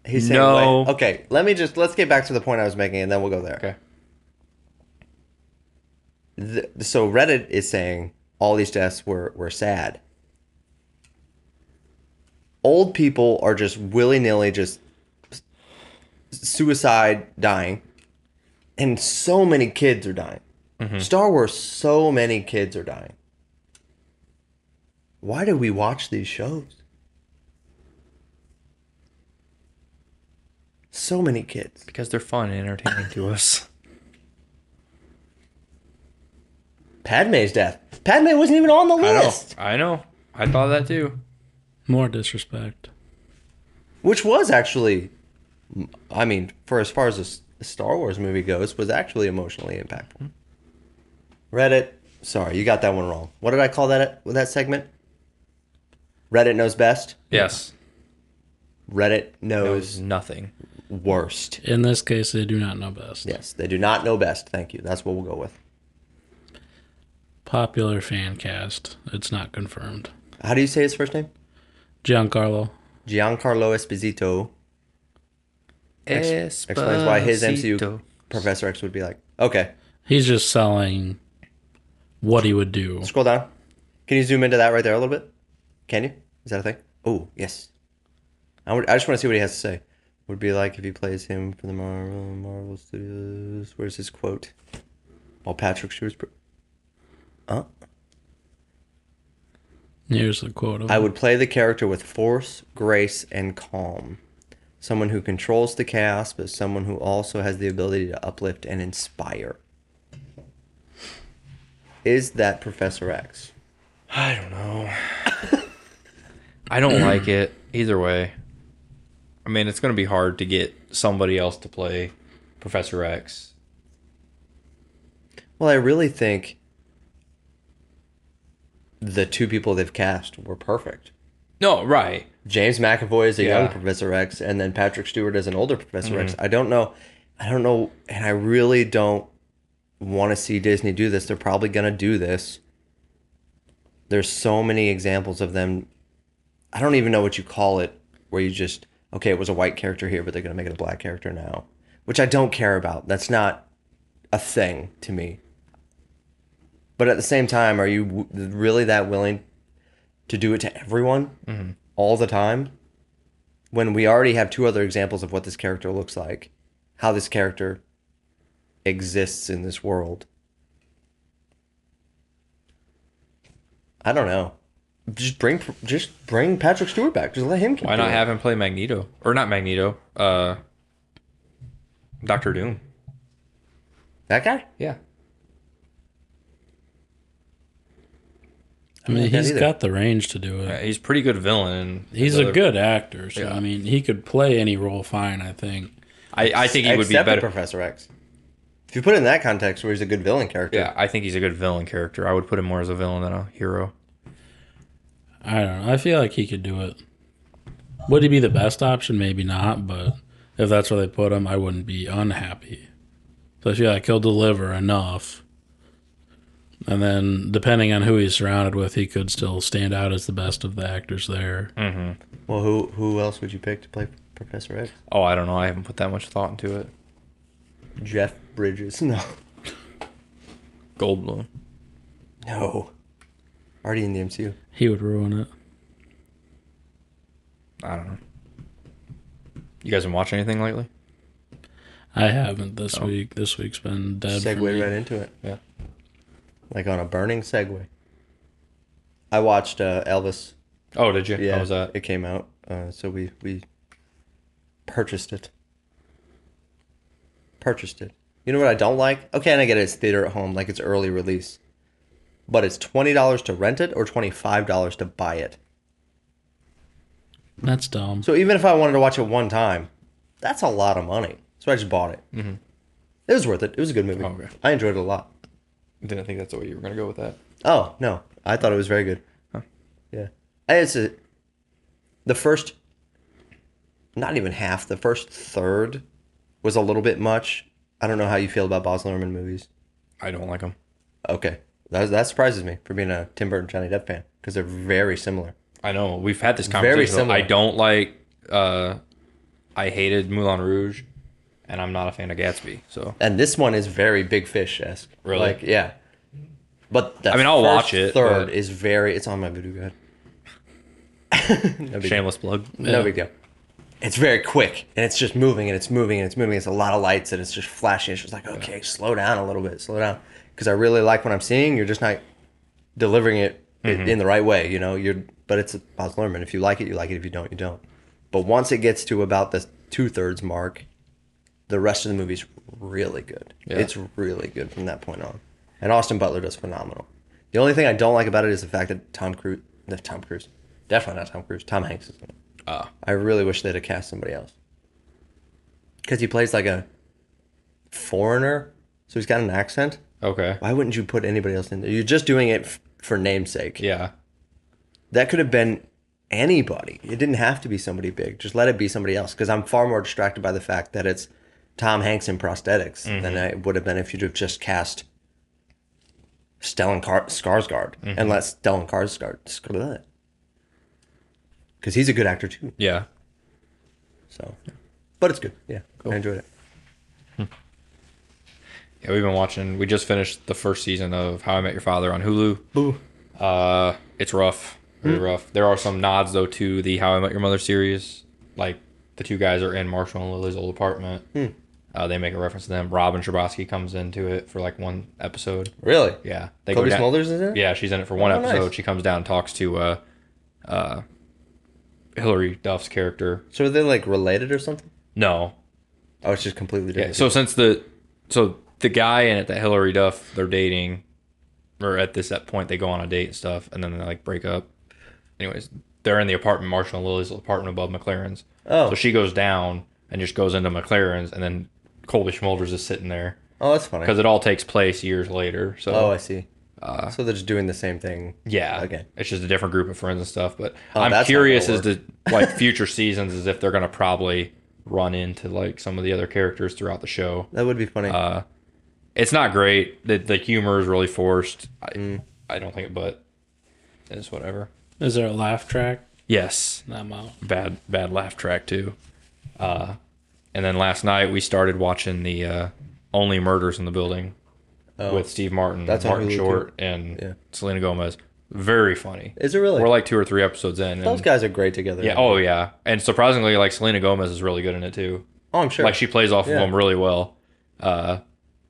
S1: He's saying,
S2: No.
S1: wait. Okay, let me just let's get back to the point I was making, and then we'll go there.
S2: Okay.
S1: Th so Reddit is saying all these deaths were were sad. Old people are just willy nilly just s- suicide dying, and so many kids are dying.
S2: Mm-hmm.
S1: Star Wars, so many kids are dying. Why do we watch these shows? So many kids.
S2: Because they're fun and entertaining to us.
S1: Padme's death. Padme wasn't even on the list,
S2: I know. I thought that too.
S3: More disrespect.
S1: which was actually, I mean, for as far as a S- a Star Wars movie goes, was actually emotionally impactful. Reddit, sorry, you got that one wrong. What did I call that that segment? Reddit knows best.
S2: Yes.
S1: Reddit
S2: It
S1: knows
S2: was nothing.
S1: worst.
S3: In this case, they do not know best.
S1: Yes, they do not know best. Thank you. That's what we'll go with.
S3: Popular fan cast. It's not confirmed.
S1: How do you say his first name?
S3: Giancarlo.
S1: Giancarlo Esposito Ex- explains why his MCU Professor X would be like, okay,
S3: He's just selling what he would do.
S1: scroll down. Can you zoom into that right there a little bit? Can you? Is that a thing? Oh, yes. I, would, I just want to see what he has to say. Would be like if he plays him for the Marvel Marvel Studios. Where's his quote? While Patrick Stewart's. Pr- huh?
S3: Here's the quote. Of
S1: I would play the character with force, grace, and calm. Someone who controls the chaos, but someone who also has the ability to uplift and inspire. Is that Professor X?
S2: I don't know. I don't like it either way. I mean, it's going to be hard to get somebody else to play Professor X.
S1: Well, I really think the two people they've cast were perfect.
S2: No, right.
S1: James McAvoy is a
S2: Yeah.
S1: young Professor X, and then Patrick Stewart is an older Professor X. I don't know. I don't know. And I really don't want to see Disney do this. They're probably going to do this. There's so many examples of them. I don't even know what you call it, where you just, okay, it was a white character here, but they're going to make it a black character now, which I don't care about. That's not a thing to me. But at the same time, are you w- really that willing to do it to everyone
S2: Mm-hmm.
S1: all the time when we already have two other examples of what this character looks like, how this character exists in this world? I don't know. Just bring just bring Patrick Stewart back. Just let him.
S2: Why not have him play Magneto? Or not Magneto, uh, Doctor Doom.
S1: that guy?
S2: Yeah.
S3: I mean,
S1: like that
S3: he's
S1: either.
S3: got the range to do
S2: Uh,
S3: it.
S2: He's a pretty good villain. Uh,
S3: He's a good actor, so
S2: Yeah.
S3: I mean, he could play any role fine. I think.
S2: I, I think he would be
S1: Except for
S2: better.
S1: Professor X. If you put it in that context, where he's a good villain character,
S2: Yeah, I think he's a good villain character. I would put him more as a villain than a hero.
S3: I don't know. I feel like he could do it. Would he be the best option? Maybe not, but if that's where they put him, I wouldn't be unhappy. So I feel like he'll deliver enough. And then, depending on who he's surrounded with, he could still stand out as the best of the actors there.
S1: Well, who who else would you pick to play Professor X?
S2: Oh, I don't know. I haven't put that much thought into it.
S1: Jeff Bridges? No,
S2: Goldblum.
S1: no, already in the MCU.
S3: He would ruin it.
S2: I don't know. You guys been watching anything lately?
S3: I haven't this week. This week's been dead. for
S1: Segue
S3: me.
S1: right into it.
S2: Yeah.
S1: like on a burning segue. I watched uh, Elvis.
S2: Oh, did you?
S1: Yeah,
S2: How was that?
S1: it came out, uh, so we we purchased it. Purchased it. You know what I don't like? Okay, and I get it. It's theater at home, like it's early release, but it's twenty dollars to rent it or twenty five dollars to buy it.
S3: That's dumb.
S1: So even if I wanted to watch it one time, that's a lot of money. So I just bought it. Mm-hmm. It was worth it. It was a good movie.
S2: Oh, Okay.
S1: I enjoyed it a lot.
S2: Didn't think that's the way you were gonna go with that.
S1: Oh no, I thought it was very good.
S2: Huh.
S1: Yeah, And it's a, the first, not even half. The first third was a little bit much. I don't know how you feel about Baz Luhrmann movies.
S2: I don't like him.
S1: Okay, that, that surprises me for being a Tim Burton Johnny Depp fan because they're very similar.
S2: I know we've had this
S1: Very
S2: conversation.
S1: similar.
S2: I don't like. uh I hated Moulin Rouge, and I'm not a fan of Gatsby. So
S1: And this one is very Big Fish esque.
S2: Really?
S1: Like yeah. But the
S2: I mean, I'll
S1: first
S2: watch it,
S1: Third
S2: but-
S1: is very. It's on my voodoo guide. no big
S2: shameless plug.
S1: No big deal. It's very quick and it's just moving and it's moving and it's moving. It's a lot of lights and it's just flashing. It's just like, okay, slow down a little bit, slow down. Because I really like what I'm seeing. You're just not delivering it i-
S2: Mm-hmm.
S1: in the right way, you know. You're, but it's Baz Luhrmann. If you like it, you like it. If you don't, you don't. But once it gets to about the two thirds mark, the rest of the movie's really good.
S2: Yeah.
S1: It's really good from that point on. And Austin Butler does phenomenal. The only thing I don't like about it is the fact that Tom Cruise, that Tom Cruise, definitely not Tom Cruise, Tom Hanks is in it.
S2: Ah.
S1: I really wish they'd have cast somebody else. Because he plays like a foreigner, so he's got an accent.
S2: Okay.
S1: Why wouldn't you put anybody else in there? You're just doing it f- for namesake.
S2: Yeah.
S1: That could have been anybody. It didn't have to be somebody big. Just let it be somebody else. Because I'm far more distracted by the fact that it's Tom Hanks in prosthetics than
S2: Mm-hmm.
S1: I would have been if you'd have just cast
S2: Mm-hmm.
S1: Stellan Car- Skarsgård and let Stellan Skarsgård. Sk- bleh. because he's a good actor too.
S2: Yeah.
S1: So, but it's good. Yeah, I enjoyed it.
S2: Yeah, we've been watching. We just finished the first season of How I Met Your Father on Hulu.
S1: Boo.
S2: Uh, it's rough, very
S1: Hmm.
S2: rough. There are some nods though to the How I Met Your Mother series. Like the two guys are in Marshall and Lily's old apartment.
S1: Hmm.
S2: Uh, they make a reference to them. Robin Scherbatsky comes into it for like one episode.
S1: Really?
S2: Yeah, they
S1: Kobe
S2: down-
S1: Smulders is in it.
S2: Yeah, she's in it for one
S1: Oh, nice.
S2: episode. She comes down and talks to uh, uh, Hillary Duff's character.
S1: So are they like related or something?
S2: No,
S1: Oh, it's just completely
S2: Yeah,
S1: different.
S2: so since the so the guy in it that Hillary Duff they're dating, or at this that point they go on a date and stuff, and then they like break up. Anyways, they're in the apartment, Marshall and Lily's apartment above McLaren's.
S1: Oh.
S2: So she goes down and just goes into McLaren's, and then Colby Schmulders is sitting there
S1: oh, that's funny.
S2: because it all takes place years later. So
S1: Oh, I see.
S2: uh,
S1: so they're just doing the same thing.
S2: yeah,
S1: Okay.
S2: it's just a different group of friends and stuff. But
S1: Oh,
S2: I'm
S1: that's how
S2: curious
S1: it'll
S2: as to like future seasons as if they're gonna probably run into like some of the other characters throughout the show.
S1: That would be funny.
S2: Uh, it's not great. The the humor is really forced. I,
S1: Mm.
S2: I don't think, but it's whatever.
S3: Is there a laugh track?
S2: Yes,
S3: No, I'm out.
S2: bad bad laugh track too. Uh, and then last night we started watching the uh, Only Murders in the Building with Steve Martin,
S1: Oh. That's on
S2: Martin
S1: Hulu,
S2: Short, and
S1: Yeah.
S2: Selena Gomez. Very funny.
S1: is it really?
S2: We're like two or three episodes in. And,
S1: Those guys are great together.
S2: yeah. Oh yeah. And surprisingly, like Selena Gomez is really good in it too.
S1: Oh, I'm sure.
S2: Like she plays off
S1: Yeah.
S2: of him really well. Uh,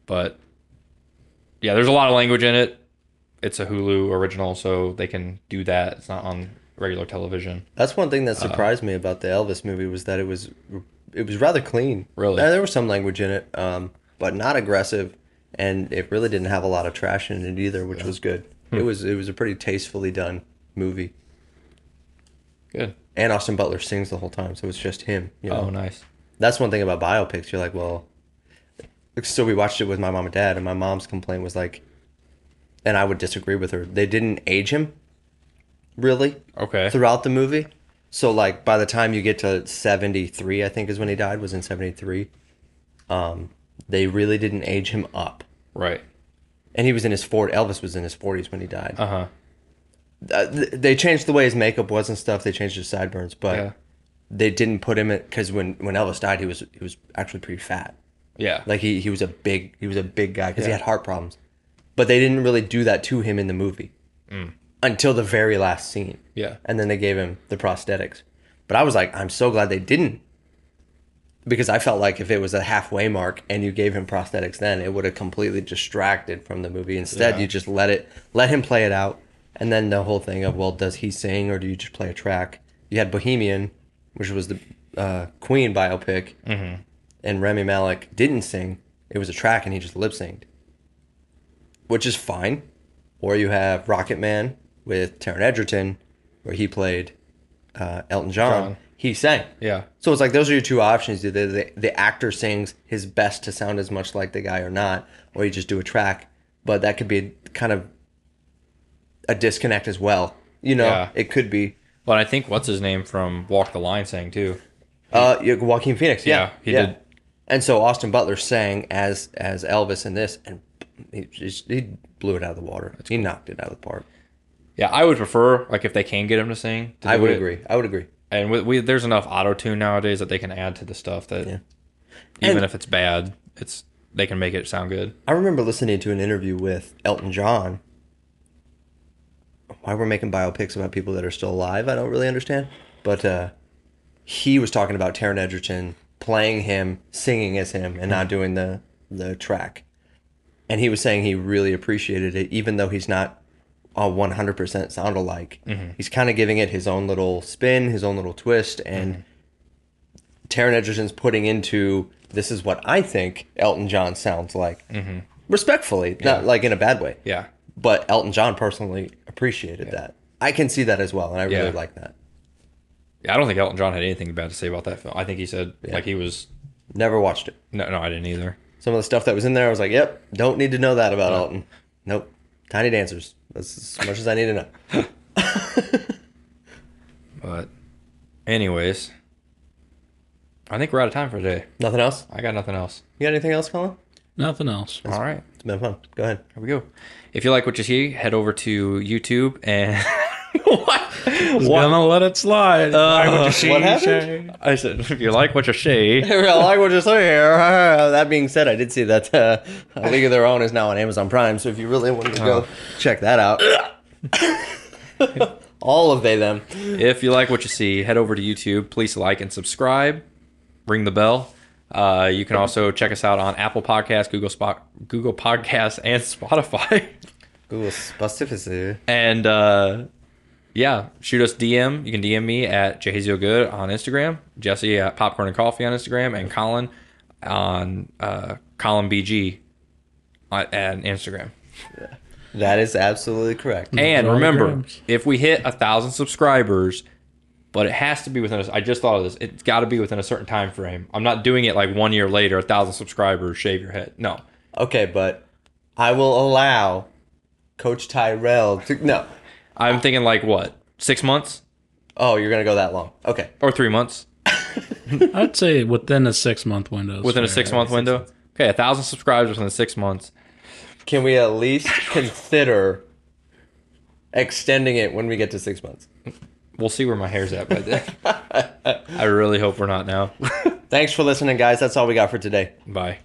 S2: but yeah, there's a lot of language in it. It's a Hulu original, so they can do that. It's not on regular television.
S1: That's one
S2: uh,
S1: thing that surprised me about the Elvis movie was that it was it was rather clean.
S2: Really?
S1: Uh, there was some language in it, um, but not aggressive, and it really didn't have a lot of trash in it either, which was good.
S2: Hmm.
S1: It was it was a pretty tastefully done movie,
S2: Good.
S1: and Austin Butler sings the whole time, so it's just him. You know?
S2: Oh, nice.
S1: That's one thing about biopics. You're like, well, so we watched it with my mom and dad, and my mom's complaint was like, and I would disagree with her. They didn't age him, really
S2: Okay.
S1: throughout the movie. So like by the time you get to 73, I think is when he died was in 73. Um they really didn't age him up.
S2: Right.
S1: And he was in his 40s. Elvis was in his 40s when he died.
S2: Uh huh.
S1: Uh, th- they changed the way his makeup was and stuff. They changed his sideburns, but
S2: Yeah.
S1: they didn't put him in cuz when when Elvis died, he was he was actually pretty fat.
S2: Yeah.
S1: Like he he was a big he was a big guy because he had heart problems, but they didn't really do that to him in the movie until the very last scene.
S2: Mm. Yeah.
S1: and then they gave him the prosthetics. But I was like, I'm so glad they didn't, because I felt like if it was a halfway mark and you gave him prosthetics, then it would have completely distracted from the movie. Instead, you just let it let him play it out, and then the whole thing of well, does he sing or do you just play a track? You had Bohemian, which was the uh, Queen biopic
S2: Mm-hmm.
S1: and Remy Malik didn't sing. It was a track and he just lip synced, which is fine. Or you have Rocket Man with Taron Edgerton, where he played uh, Elton John.
S2: John.
S1: He sang.
S2: Yeah.
S1: So it's like those are your two options. Either the, the actor sings his best to sound as much like the guy or not, or you just do a track. But that could be kind of a disconnect as well. You know,
S2: Yeah.
S1: it could be.
S2: But I think what's his name from Walk the Line sang too.
S1: Uh, yeah, Joaquin Phoenix. Yeah,
S2: Yeah, he did.
S1: And so Austin Butler sang as as Elvis in this, and he just, he blew it out of the water. he knocked it out of the park.
S2: Yeah, I would prefer like if they can get him to sing. to
S1: I
S2: do
S1: would
S2: it.
S1: agree. I would agree.
S2: And we, we there's enough auto tune nowadays that they can add to the stuff that even
S1: And-
S2: if it's bad, it's they can make it sound good.
S1: I remember listening to an interview with Elton John. Why we're making biopics about people that are still alive, I don't really understand. But uh, he was talking about Taron Edgerton playing him, singing as him, and not doing the the track. And he was saying he really appreciated it, even though he's not a one hundred percent sound alike. He's kind of giving it his own little spin, his own little twist, and Taron Edgerton's putting into this is what I think Elton John sounds like, respectfully, not like in a bad way.
S2: Yeah.
S1: But Elton John personally appreciated that. I can see that as well, and I really
S2: Yeah.
S1: like that.
S2: I don't think Elton John had anything bad to say about that film. I think he said like he was
S1: Never watched it.
S2: no, no, I didn't either.
S1: Some of the stuff that was in there, I was like, "Yep, don't need to know that about Elton." Nope. Tiny dancers. That's as much as I need to know.
S2: But, anyways, I think we're out of time for today.
S1: Nothing else.
S2: I got nothing else.
S1: You got anything else, Colin?
S3: Nothing else.
S2: All right,
S1: It's been fun. Go ahead.
S2: here we go. If you like what you see, head over to YouTube and what?
S3: Just gonna let it slide.
S1: what happened?
S2: I said, if you like what you see,
S1: I like what you say here. That being said, I did see that uh, League of Their Own is now on Amazon Prime, so if you really wanted to go check that out, all of they them.
S2: if you like what you see, head over to YouTube. Please like and subscribe. Ring the bell. Uh, you can also check us out on Apple Podcasts, Google Spot, Google Podcasts, and Spotify.
S1: Google specificity.
S2: And uh, yeah, shoot us DM. You can DM me at Jehazio Good on Instagram, Jesse at Popcorn and Coffee on Instagram, and Colin on uh, Colin BG on, on Instagram.
S1: That is absolutely correct.
S2: And
S3: all
S2: remember,
S3: grams.
S2: if we hit a thousand subscribers, but it has to be within. A, I just thought of this. It's got to be within a certain time frame. I'm not doing it like one year later, a thousand subscribers, shave your head. No,
S1: Okay, but I will allow Coach Tyrell to. No.
S2: I'm thinking like what six months
S1: Oh, you're going to go that long. Okay.
S2: or three months
S3: I'd say within a six month window. is
S2: within a
S3: fair.
S2: six month window. Okay, a thousand subscribers within six months.
S1: Can we at least consider extending it when we get to six months?
S2: We'll see where my hair's at by then. I really hope we're not now.
S1: Thanks for listening, guys. That's all we got for today.
S2: Bye.